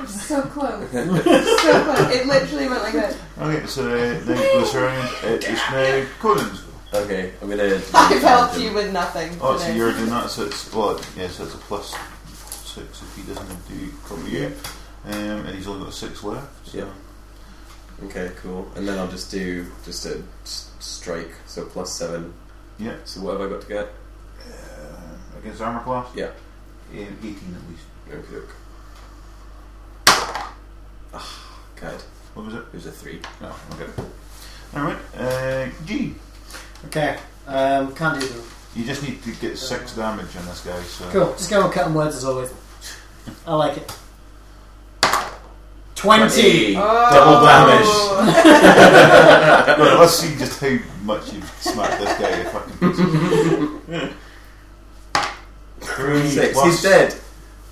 [SPEAKER 6] I'm so close. so close. It literally went like that.
[SPEAKER 2] Okay, so uh, then it goes around. It is now Conan's. go.
[SPEAKER 5] Okay, I'm gonna.
[SPEAKER 6] I've helped you with nothing.
[SPEAKER 2] Oh, so
[SPEAKER 6] today.
[SPEAKER 2] you're doing that. So it's well, yeah. So it's a plus six if he doesn't do cover you. Um, and he's only got six left. So.
[SPEAKER 5] Yeah. Okay, cool. And then I'll just do just a s- strike, so plus seven.
[SPEAKER 2] Yeah.
[SPEAKER 5] So what have I got to get?
[SPEAKER 2] Uh, against armor class.
[SPEAKER 5] Yeah.
[SPEAKER 2] Um, eighteen at least.
[SPEAKER 5] Okay, look. Ah, God.
[SPEAKER 2] What was it?
[SPEAKER 5] It was a three.
[SPEAKER 2] No. Okay. All right. Uh, G.
[SPEAKER 1] Okay, um, can't do them.
[SPEAKER 2] You just need to get six damage on this guy. So
[SPEAKER 1] Cool, just go on cutting words as always. I like it. 20!
[SPEAKER 2] double damage.
[SPEAKER 6] Oh.
[SPEAKER 2] Well, let's see just how much you've smacked this guy a fucking piece of- Three
[SPEAKER 5] Six.
[SPEAKER 2] plus
[SPEAKER 5] He's dead.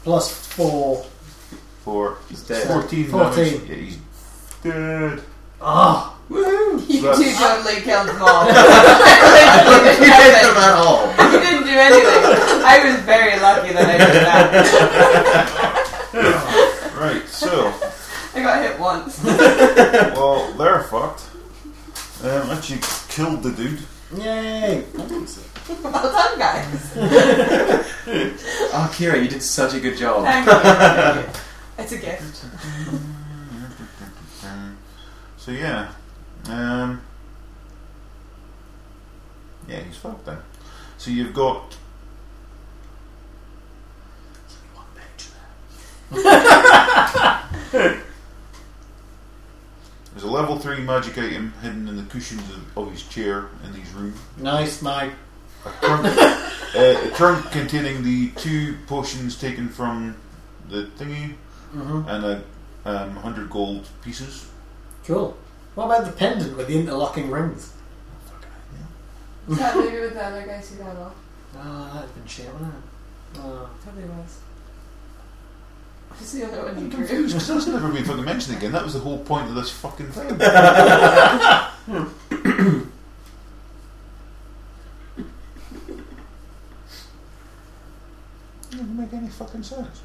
[SPEAKER 1] Plus 4.
[SPEAKER 2] Four.
[SPEAKER 5] He's dead.
[SPEAKER 2] Fourteen.
[SPEAKER 1] Fourteen.
[SPEAKER 2] damage. Yeah, he's dead.
[SPEAKER 1] Oh!
[SPEAKER 5] Woohoo!
[SPEAKER 6] You
[SPEAKER 2] That's-
[SPEAKER 6] two totally killed them all. you
[SPEAKER 5] You
[SPEAKER 6] didn't
[SPEAKER 5] did
[SPEAKER 6] do
[SPEAKER 5] them
[SPEAKER 6] anything.
[SPEAKER 5] at all.
[SPEAKER 6] You didn't do anything. I was very lucky that I did that.
[SPEAKER 2] Right. So,
[SPEAKER 6] I got hit once.
[SPEAKER 2] well, they're fucked. Um, actually, killed the dude.
[SPEAKER 1] Yay!
[SPEAKER 6] well done, guys.
[SPEAKER 5] Oh, Kira, you did such a good job.
[SPEAKER 6] Thank you. Thank you. It's a gift.
[SPEAKER 2] Um, So yeah, um, yeah, he's fucked then. So you've got There's a level 3 magic item hidden in the cushions of, of his chair in his room.
[SPEAKER 1] Nice, Mike.
[SPEAKER 2] A trunk, uh, a trunk containing the two potions taken from the thingy
[SPEAKER 1] Mm-hmm.
[SPEAKER 2] and a um, 100 gold pieces.
[SPEAKER 1] Cool. What about the pendant with the interlocking rings?
[SPEAKER 4] Is that maybe with the other guys who got off?
[SPEAKER 1] Oh, that'd have been shit, wouldn't it? Oh.
[SPEAKER 6] Probably was. Who's the other one you
[SPEAKER 2] I'm
[SPEAKER 6] drew?
[SPEAKER 2] confused because that's never been fucking mentioned again. That was the whole point of this fucking thing. doesn't make any fucking sense.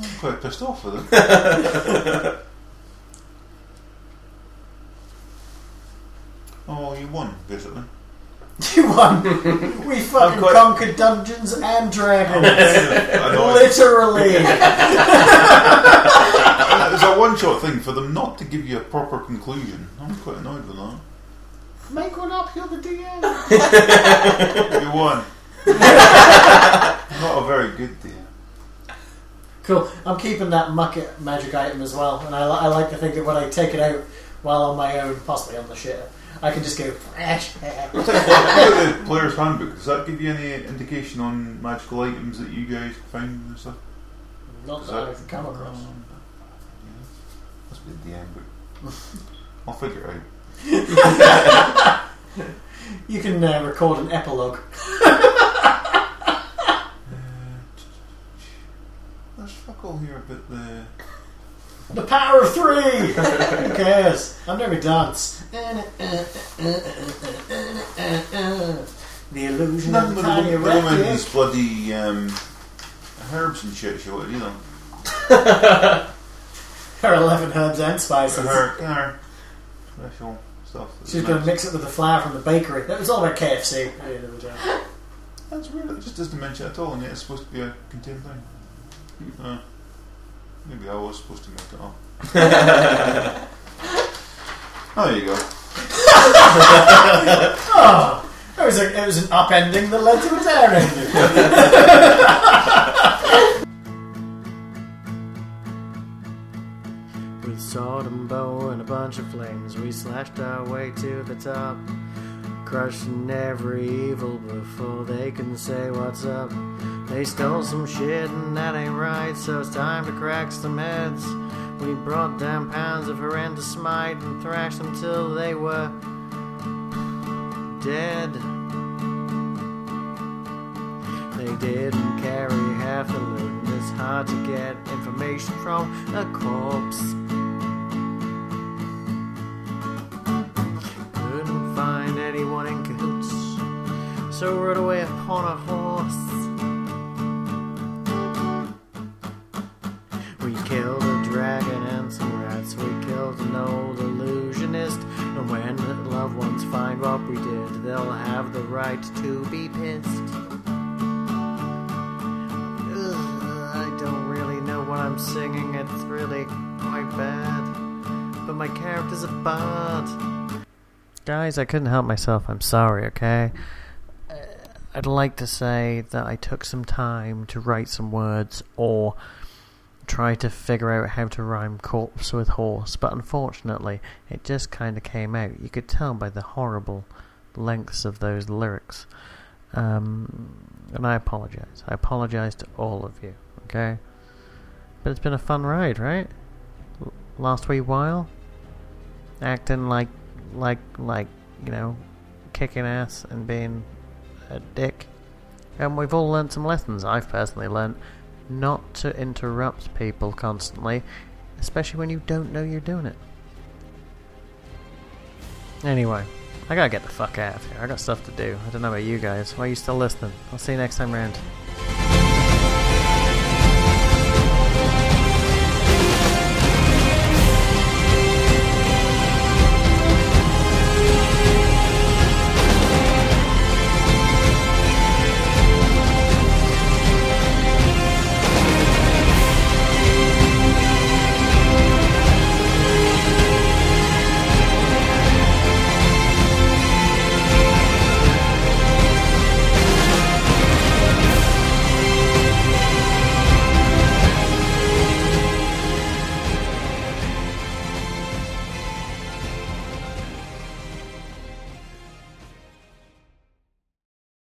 [SPEAKER 2] I'm quite pissed off with it. oh, you won, basically.
[SPEAKER 1] You won! we fucking
[SPEAKER 2] got-
[SPEAKER 1] conquered Dungeons and Dragons!
[SPEAKER 2] Oh, I know I-
[SPEAKER 1] Literally!
[SPEAKER 2] It was a one shot thing for them not to give you a proper conclusion. I'm quite annoyed with that.
[SPEAKER 1] Make one up, you're the DM!
[SPEAKER 2] You won. not a very good deal.
[SPEAKER 1] Cool. I'm keeping that mucket magic item as well, and I, li- I like to think that when I take it out,
[SPEAKER 3] while on my own, possibly on the shitter. I can just go.
[SPEAKER 2] Look at the player's handbook. Does that give you any indication on magical items that you guys found and stuff? Um,
[SPEAKER 3] Not that I've come across.
[SPEAKER 2] Must be the DM book. I'll figure it out.
[SPEAKER 3] You can uh, record an epilogue.
[SPEAKER 2] There's fuck all here about the.
[SPEAKER 3] The power of three! Who cares? I've never danced. The illusion
[SPEAKER 2] None
[SPEAKER 3] of
[SPEAKER 2] of
[SPEAKER 3] the
[SPEAKER 2] the
[SPEAKER 3] tiny
[SPEAKER 2] wo- woman's
[SPEAKER 3] refuge.
[SPEAKER 2] bloody um, herbs and shit she wanted, you know.
[SPEAKER 3] Her 11 herbs and spices.
[SPEAKER 2] Her, her special stuff. that's
[SPEAKER 3] She's going to
[SPEAKER 2] nice.
[SPEAKER 3] mix it with the flour from the bakery. That was all about KFC. I did the other day.
[SPEAKER 2] That's weird, it just doesn't mention it at all, and yet it's supposed to be a contained thing. Uh, maybe I was supposed to make it up. oh, there you go.
[SPEAKER 3] Oh, it was, a, it was an upending that led to a down ending. With sword and bow and a bunch of flames, we slashed our way to the top. Crushing every evil before they can say what's up. They stole some shit and that ain't right, so it's time to crack some heads. We brought down pounds of horrendous smite and thrashed them till they were dead. They didn't carry half a loot, and it's hard to get information from a corpse. Couldn't find anyone in cahoots, so rode away upon a horse. We killed a dragon and some rats, we killed an old illusionist, and when the loved ones find what we did, they'll have the right to be pissed. Ugh, I don't really know what I'm singing. It's really quite bad. But my character's a bard. Guys, I couldn't help myself. I'm sorry, okay? Uh, I'd like to say that I took some time to write some words or try to figure out how to rhyme corpse with horse, but unfortunately, it just kind of came out. You could tell by the horrible lengths of those lyrics. Um, and I apologize. I apologize to all of you, okay? But it's been a fun ride, right? L- last wee while? Acting like, like, like, you know, kicking ass and being a dick. And we've all learned some lessons. I've personally learned not to interrupt people constantly, especially when you don't know you're doing it. Anyway, I gotta get the fuck out of here. I got stuff to do. I don't know about you guys. Why are you still listening? I'll see you next time round.